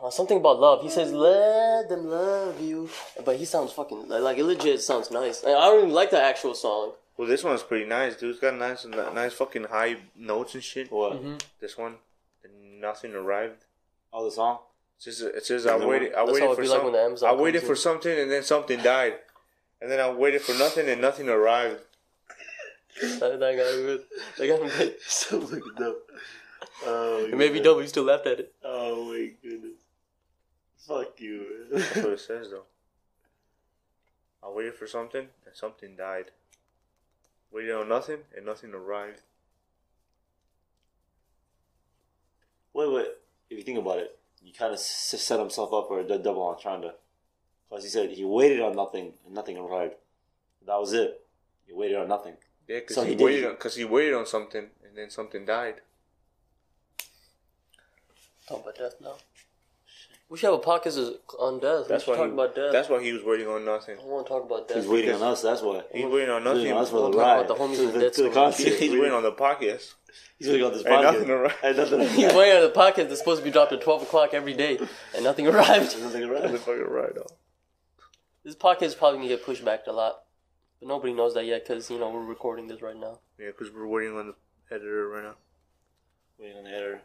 S4: uh, something about love. He says, "Let them love you," but he sounds fucking like, like it legit sounds nice. I I don't even like the actual song.
S3: Well, this one's pretty nice, dude. It's got nice, nice fucking high notes and shit.
S5: What?
S4: Mm-hmm.
S3: This one, nothing arrived.
S5: Oh, the song.
S3: It's just, it's just I
S5: No.
S3: waited, I
S4: That's
S3: waited
S4: how it
S3: for
S4: be like
S3: some,
S4: when the Amazon
S3: I waited
S4: comes
S3: for
S4: in.
S3: something and then something died, and then I waited for nothing and nothing arrived.
S4: That, that got good. <laughs> That got
S3: <laughs>
S4: good.
S3: so fucking dumb. Oh,
S4: It made me dumb. You still laughed at it.
S3: Oh my goodness.
S7: Fuck you.
S3: That's what it says though. I waited for something and something died. Waited on nothing and nothing arrived.
S5: Wait, wait. If you think about it, he kind of s- set himself up for a d- double entendre. Because he said he waited on nothing and nothing arrived. That was it. He waited on nothing.
S3: Yeah, because
S5: So
S3: he,
S5: he did-
S3: waited. Because he waited on something and then something died.
S4: Talk about death now. We should have a podcast on death.
S3: That's
S4: we
S3: why
S4: should talk
S3: he.
S4: about death.
S3: That's why he was waiting on nothing.
S4: I want to talk about death.
S5: He's waiting on us, that's why.
S3: He's waiting on
S5: He's waiting on us
S3: nothing.
S5: for the
S4: We'll talk
S5: ride.
S4: about the homies
S5: <laughs> to
S4: and
S5: the,
S4: death
S5: to the
S4: tomorrow.
S5: concert.
S3: <laughs> He's waiting on the podcast.
S5: He's waiting on this
S3: Ain't
S5: podcast.
S3: nothing arrived.
S5: Ain't
S4: <laughs> <laughs>
S5: nothing
S4: He's
S5: arrived.
S4: waiting on the podcast that's supposed to be dropped at 12 o'clock every day, and nothing <laughs> arrived.
S5: Nothing arrived.
S3: Motherfucker, right off.
S4: This podcast is probably going to get pushed back a lot. But nobody knows that yet because, you know, we're recording this right now.
S3: Yeah, because we're waiting on the editor right now.
S5: Waiting on the editor.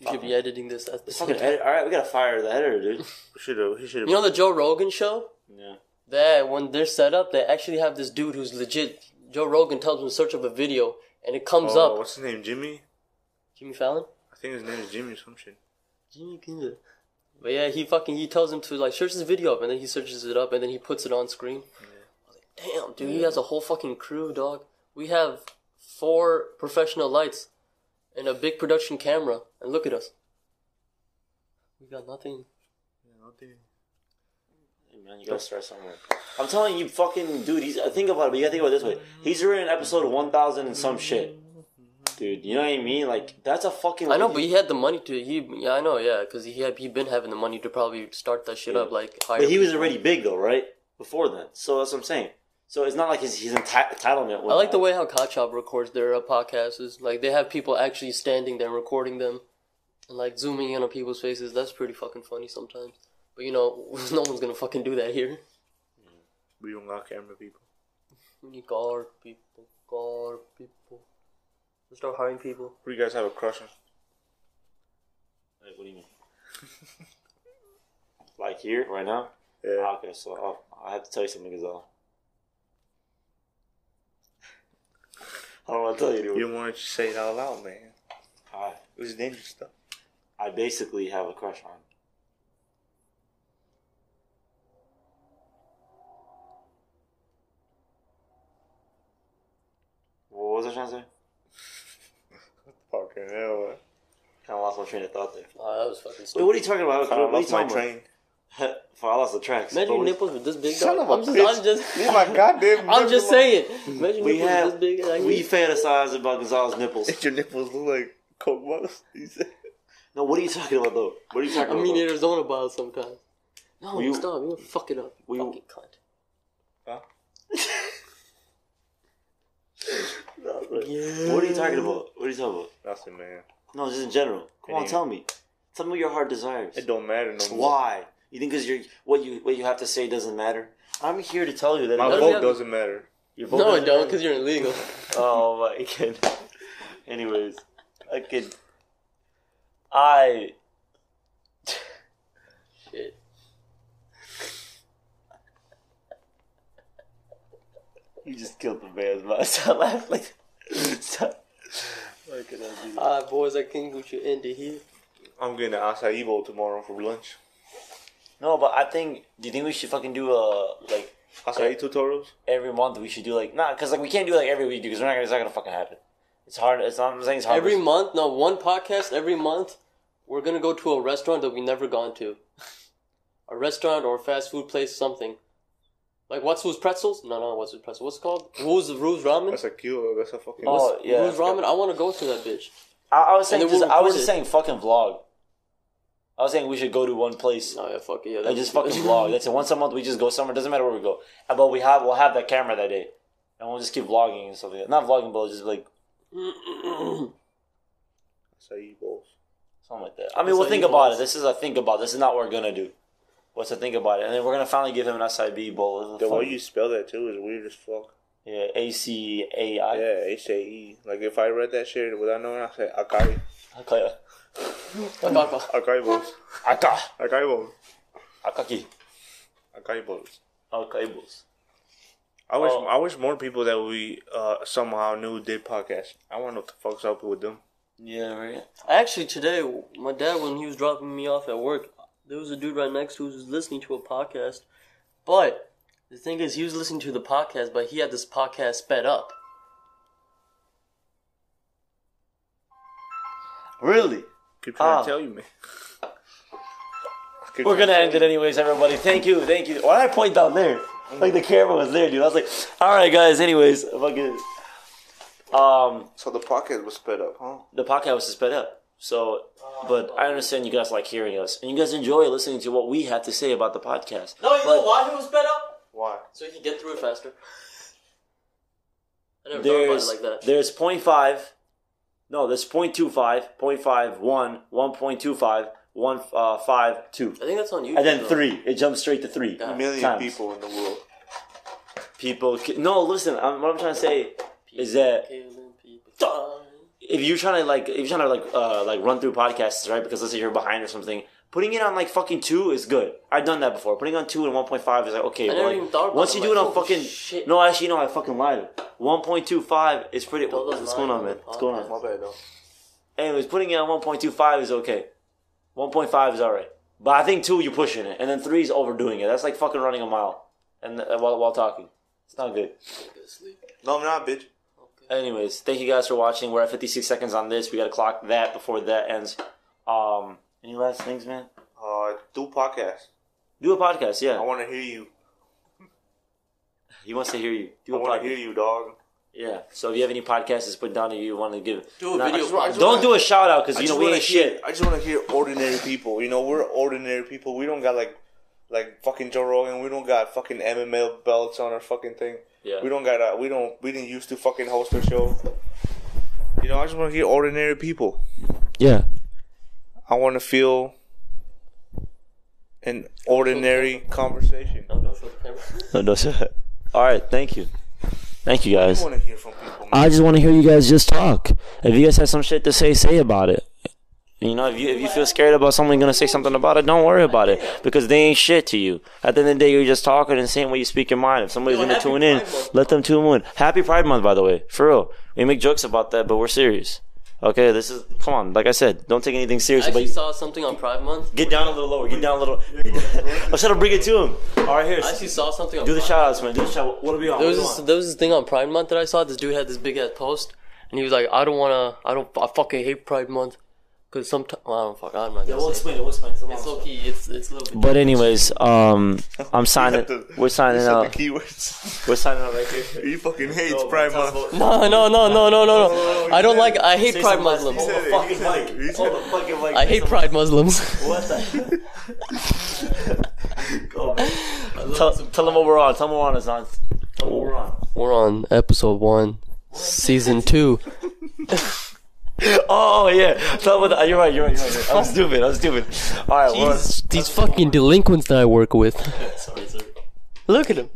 S4: You should be
S3: Uh-huh.
S4: editing this at the same
S5: Fucking
S4: time.
S5: editor. Alright, we gotta fire the editor, dude.
S3: We should have. He should have.
S4: You know the Joe Rogan show?
S5: Yeah.
S4: That when they're set up, they actually have this dude who's legit. Joe Rogan tells him to search up a video, and it comes
S3: oh,
S4: up.
S3: what's his name? Jimmy.
S4: Jimmy Fallon?
S3: I think his name is Jimmy or some shit.
S4: Jimmy Kimmel. But yeah, he fucking he tells him to like search this video up, and then he searches it up, and then he puts it on screen. I was like, damn, dude, he has a whole fucking crew, dog. We have four professional lights and a big production camera, and look at us. We got nothing.
S5: Hey, Man, you gotta start somewhere. I'm telling you, fucking dude. He's, uh, think about it, but you gotta think about it this way. He's already in episode 1,000 and some shit, dude. You know what I mean? Like that's a fucking.
S4: I know, but he had the money to. He, yeah, I know, yeah, because he had he been having the money to probably start that shit up, like hire.
S5: But he was
S4: people.
S5: already big though, right? Before then, so that's what I'm saying. So it's not like his his enti- entitlement.
S4: I like the way how Kachop records their uh, podcasts. Is like they have people actually standing there recording them, and like zooming in on people's faces. That's pretty fucking funny sometimes. But you know, <laughs> no one's gonna fucking do that here. <laughs>
S3: We don't got camera people.
S4: We need guard people, guard people. Let's start hiring people.
S3: Who do you guys have a crush on?
S5: Like, what do you mean? like here, right now. Ah, okay, so oh, I have to tell you something, Gazelle. I don't want to tell you,
S3: You
S5: dude.
S3: don't want to say it out loud, man.
S5: I,
S3: It was dangerous stuff.
S5: I basically have a crush on. What was I trying to say?
S3: Fucking hell. man.
S5: Kind of lost my train of thought there.
S4: Oh, that was fucking
S5: Wait,
S4: stupid.
S5: what are you talking about?
S3: I
S5: What, what are you
S3: lost my
S5: talking about? <laughs>
S3: train.
S5: Fuck, I lost the tracks.
S4: Imagine
S5: But
S4: your
S5: we-
S4: nipples were this big.
S3: Son
S4: dog.
S3: of a
S4: I'm just,
S3: bitch.
S4: I'm just,
S3: Leave my goddamn
S4: <laughs> I'm
S3: nipple
S4: just saying. Imagine your
S5: We
S4: nipples this
S5: have
S4: big. Like,
S5: we fantasize about Gonzalez nipples. <laughs>
S3: alone. <laughs> Your nipples look like coke bottles. He said.
S5: No, what are you talking about though? What are you talking
S4: I mean,
S5: about?
S4: Arizona about sometimes. No,
S5: you-
S4: stop. You're gonna fuck it up.
S5: will
S4: You
S5: you-
S4: fucking cunt.
S5: What are you talking about? What are you talking about?
S3: Nothing, man.
S5: No, just in general. Come on,
S3: Any-
S5: tell me. Tell me what your heart desires.
S3: It don't matter no more.
S5: Why? You think because you what you what you have to say doesn't matter? I'm here to tell you that.
S3: My
S5: it
S4: doesn't
S3: vote
S4: have-
S3: doesn't matter.
S5: your vote
S4: No, I
S5: doesn't
S4: don't,
S5: matter.
S4: because you're illegal. <laughs>
S5: Oh my <laughs> god. Anyways, I could. I
S4: Shit.
S5: you just killed the man's mind. <laughs> Stop laughing. Like, stop. Why could I do that?
S4: Alright, boys, I think we should end it here.
S3: I'm getting an acai bowl tomorrow for lunch.
S5: No, but I think. Do you think we should fucking do a like
S3: Acai tutorials?
S5: every month? We should do like nah, because like we can't do like every week because we're not gonna, it's not gonna fucking happen. It's hard. It's not. I'm saying it's hard.
S4: Every month, no, one podcast every month, we're gonna go to a restaurant that we've never gone to. <laughs> A restaurant or a fast food place, something. Like What's Who's Pretzels? No, no, What's Who's Pretzels. What's it called? Who's Who's Ramen?
S3: That's a cute. That's a fucking.
S5: Oh yeah.
S4: Who's Ramen? I wanna go to that bitch.
S5: I, I was saying.
S4: And then
S5: Just,
S4: we'll
S5: I
S4: record
S5: was just
S4: it.
S5: saying fucking vlog. I was saying we should go to one place.
S4: No, yeah, fuck it, yeah.
S5: I
S4: that's- <laughs>
S5: just fucking vlog. That's it. Once a month, we just go somewhere. Doesn't matter where we go. Uh, But we have we'll have that camera that day, and we'll just keep vlogging and stuff like that. Not vlogging, but just like
S3: Acai bowls.
S5: Something like that. I mean,
S4: It's
S5: we'll
S4: like
S5: think
S4: he
S5: about
S4: holds-
S5: it. This is a think about. it. This is not what we're gonna do. What's a think about it? And then we're gonna finally give him an SIB bowl.
S3: The way you spell that too is weird as fuck.
S5: yeah, A C A I.
S3: Yeah, H A E. Like if I read that shit without knowing, I said Akari,
S5: Okay.
S4: Akaka.
S3: Akari balls,
S5: Aka.
S3: Akari balls,
S5: Akaki.
S3: Akari balls.
S5: Okay, bulls.
S3: I wish
S5: Oh.
S3: I wish more people that we uh, somehow knew did podcasts. I want to know what the fuck's up with them.
S5: Yeah, right.
S4: <laughs> Actually, today, my dad, when he was dropping me off at work, there was a dude right next to us who was listening to a podcast. But the thing is, he was listening to the podcast, but he had this podcast sped up.
S5: Really?
S3: Keep trying
S5: Ah.
S3: to tell you, man. Keep
S5: We're
S3: trying
S5: gonna
S3: to
S5: end it anyways, everybody. Thank you, thank you. Why did I point down there?
S3: Mm-hmm.
S5: Like the camera was there, dude. I was like, all right, guys. Anyways, fucking. Um,
S3: So the podcast was sped up, huh?
S5: the podcast was sped up. So, but I understand you guys like hearing us, and you guys enjoy listening to what we have to say about the podcast.
S4: No, you
S5: But-
S4: know why he was sped up?
S3: Why?
S4: So he could get through it faster. I never
S5: there's
S4: thought about it like that.
S5: there's 0.5 no there's 0.25 0.5 1 1.25 1 uh, 5 2
S4: I think that's on YouTube.
S5: and then
S4: though.
S5: 3 it jumps straight to 3
S4: God.
S3: million
S5: Times.
S3: people in the world.
S5: people ca- no listen I'm, what i'm trying to say is that
S4: Killing people.
S5: if you're trying to like if you're trying to like uh, like run through podcasts right because let's say you're behind or something putting it on like fucking 2 is good i've done that before putting on 2 and 1.5 is like
S4: I
S5: okay but
S4: never
S5: like,
S4: even thought about
S5: once
S4: it.
S5: you
S4: I'm
S5: do it
S4: like,
S5: on
S4: holy
S5: fucking
S4: shit.
S5: no actually no i fucking lied 1.25 is pretty
S4: Don't
S5: what's going
S4: lie
S5: on
S4: on
S5: man
S4: the
S5: what's going on
S4: podcast.
S3: My bad though.
S5: Anyways, putting it on 1.25 is okay. 1.5 is alright. But I think two, you're pushing it. And then three is overdoing it. That's like fucking running a mile and uh, while, while talking. It's not good.
S3: No, I'm not, bitch.
S5: Anyways, thank you guys for watching. We're at 56 seconds on this. We got to clock that before that ends. Um, Any last things, man?
S3: Uh, do podcasts.
S5: Do a podcast,
S3: I
S5: yeah.
S3: want to hear you.
S5: He wants to hear you. Do
S3: I
S5: a
S3: want
S5: podcast.
S3: to hear you, dog.
S5: Yeah. So if you have any podcasts that's put down that you want to give,
S4: Do a
S5: Nah, I
S4: video.
S5: just- don't do a shout out because,
S3: I
S5: you
S3: just
S5: know, we
S3: wanna
S5: ain't
S3: hear-
S5: shit.
S3: I just want to hear ordinary people. You know, we're ordinary people. We don't got like, like fucking Joe Rogan. We don't got fucking MMA belts on our fucking thing.
S5: Yeah.
S3: We don't got. Uh, we don't. We didn't used to fucking host a show. You know, I just want to hear ordinary people.
S5: <laughs>
S8: Yeah.
S3: I want to feel an ordinary conversation.
S4: No, Oh, don't show the camera.
S5: All right. Thank you. Thank you,
S3: I
S5: guys.
S3: want to hear from people. Man.
S5: I just want to hear you guys just talk. If you guys have some shit to say, say about it. You know, if you if you feel scared about someone gonna say something about it, don't worry about it because they ain't shit to you. At the end of the day, you're just talking and saying what you speak your mind. If somebody's
S4: Yo,
S5: gonna
S4: happy
S5: tune in,
S4: Pride Month.
S5: let them tune in. Happy Pride Month, by the way, for real. We make jokes about that, but we're serious. Okay, this is come on. Like I said, don't take anything
S4: I
S5: seriously.
S4: actually
S5: But
S4: saw something on Pride Month.
S5: get down a little lower. Get down a little. <laughs> I said I'll bring it to him. All right, here.
S4: I actually saw something on
S5: Do the
S4: Pride
S5: shout outs, man. Do the shout. What are we on?
S4: There
S5: What
S4: was
S5: are we
S4: this,
S5: on?
S4: there was this thing on Pride Month that I saw. This dude had this big ass post, and he was like, "I don't wanna, I don't, I fucking hate Pride Month, cause sometimes I don't fuck, I'm not gonna
S5: We'll
S4: say.
S5: explain it. We'll explain it. It's a long
S4: It's
S5: story.
S4: low key, it's it's a
S1: <laughs>
S4: little bit.
S5: But anyways, um, I'm signing. we're signing
S3: You said
S5: out.
S3: The keywords. <laughs>
S5: We're signing out right here.
S3: he fucking hates Pride Month.
S4: No, no, no, no, no, no, no. I don't like. I hate Pride
S5: Muslims.
S3: said
S4: Muslims.
S3: it, he
S5: fucking
S3: said it, he
S5: mic.
S3: said
S5: Hold the fucking mic.
S4: I hate Pride Muslims.
S5: What the?
S3: <laughs>
S5: Go, man. Tell, tell them what we're on. Tell them what we're on. Is on. Tell them what we're on.
S4: <laughs> We're on episode one, season two.
S5: Oh yeah. Tell them what the, you're right. You're right. You're right. I'm stupid. I'm stupid. All right. we're on-
S4: These, these fucking delinquents that I work with. Look at them.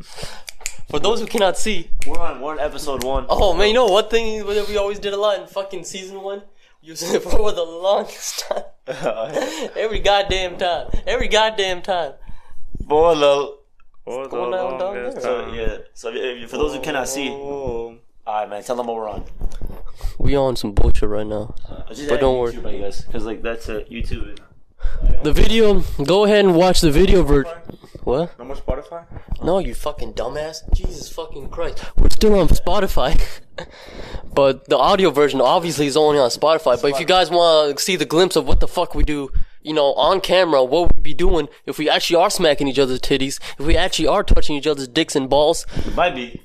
S4: For those who cannot see,
S5: We're on. We're on episode one. <laughs>
S4: Oh man, you know what thing that we always did a lot in fucking season one? <laughs> Using it for the longest time. <laughs> Every goddamn time. Every goddamn time.
S5: Boy, lol.
S3: What's
S4: going on down there?
S5: So Uh, yeah. So if- if- for those who cannot see, all right, man. Tell them what we're on.
S4: We on some bullshit right now.
S5: but
S4: don't worry.
S5: YouTube, I guess, because like that's a YouTube.
S4: The video, go ahead and watch the video version. What?
S3: No more Spotify?
S4: No, you fucking dumbass. Jesus fucking Christ. We're still on Spotify. <laughs> but the audio version obviously is only on Spotify. But if you guys want to see the glimpse of what the fuck we do, you know, on camera, what we be doing if we actually are smacking each other's titties, if we actually are touching each other's dicks and balls,
S5: Might be.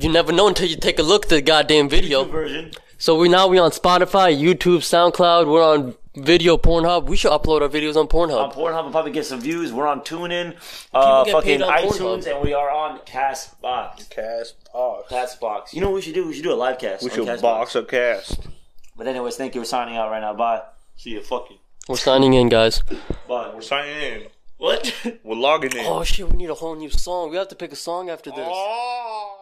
S4: you never know until you take a look at the goddamn video.
S5: version.
S4: So we now we on Spotify, YouTube, SoundCloud. We're on video Pornhub. We should upload our videos on
S5: On
S4: Pornhub.
S5: Pornhub and probably get some views. We're on TuneIn, uh,
S4: get
S5: fucking
S4: paid on
S5: iTunes,
S4: Pornhub.
S5: and we are on Castbox.
S3: Cast box.
S5: Castbox. You know what we should do? We should do a live cast.
S3: We
S5: on
S3: should
S5: Castbox.
S3: box a cast.
S5: But anyways, thank you for signing out right now. Bye. See you fucking.
S4: We're signing in, guys.
S5: Bye.
S3: We're signing in.
S5: What? <laughs>
S3: We're logging in.
S4: Oh shit, we need a whole new song. We have to pick a song after this.
S3: Oh.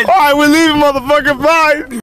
S9: All right, we're leaving, motherfucker. Bye.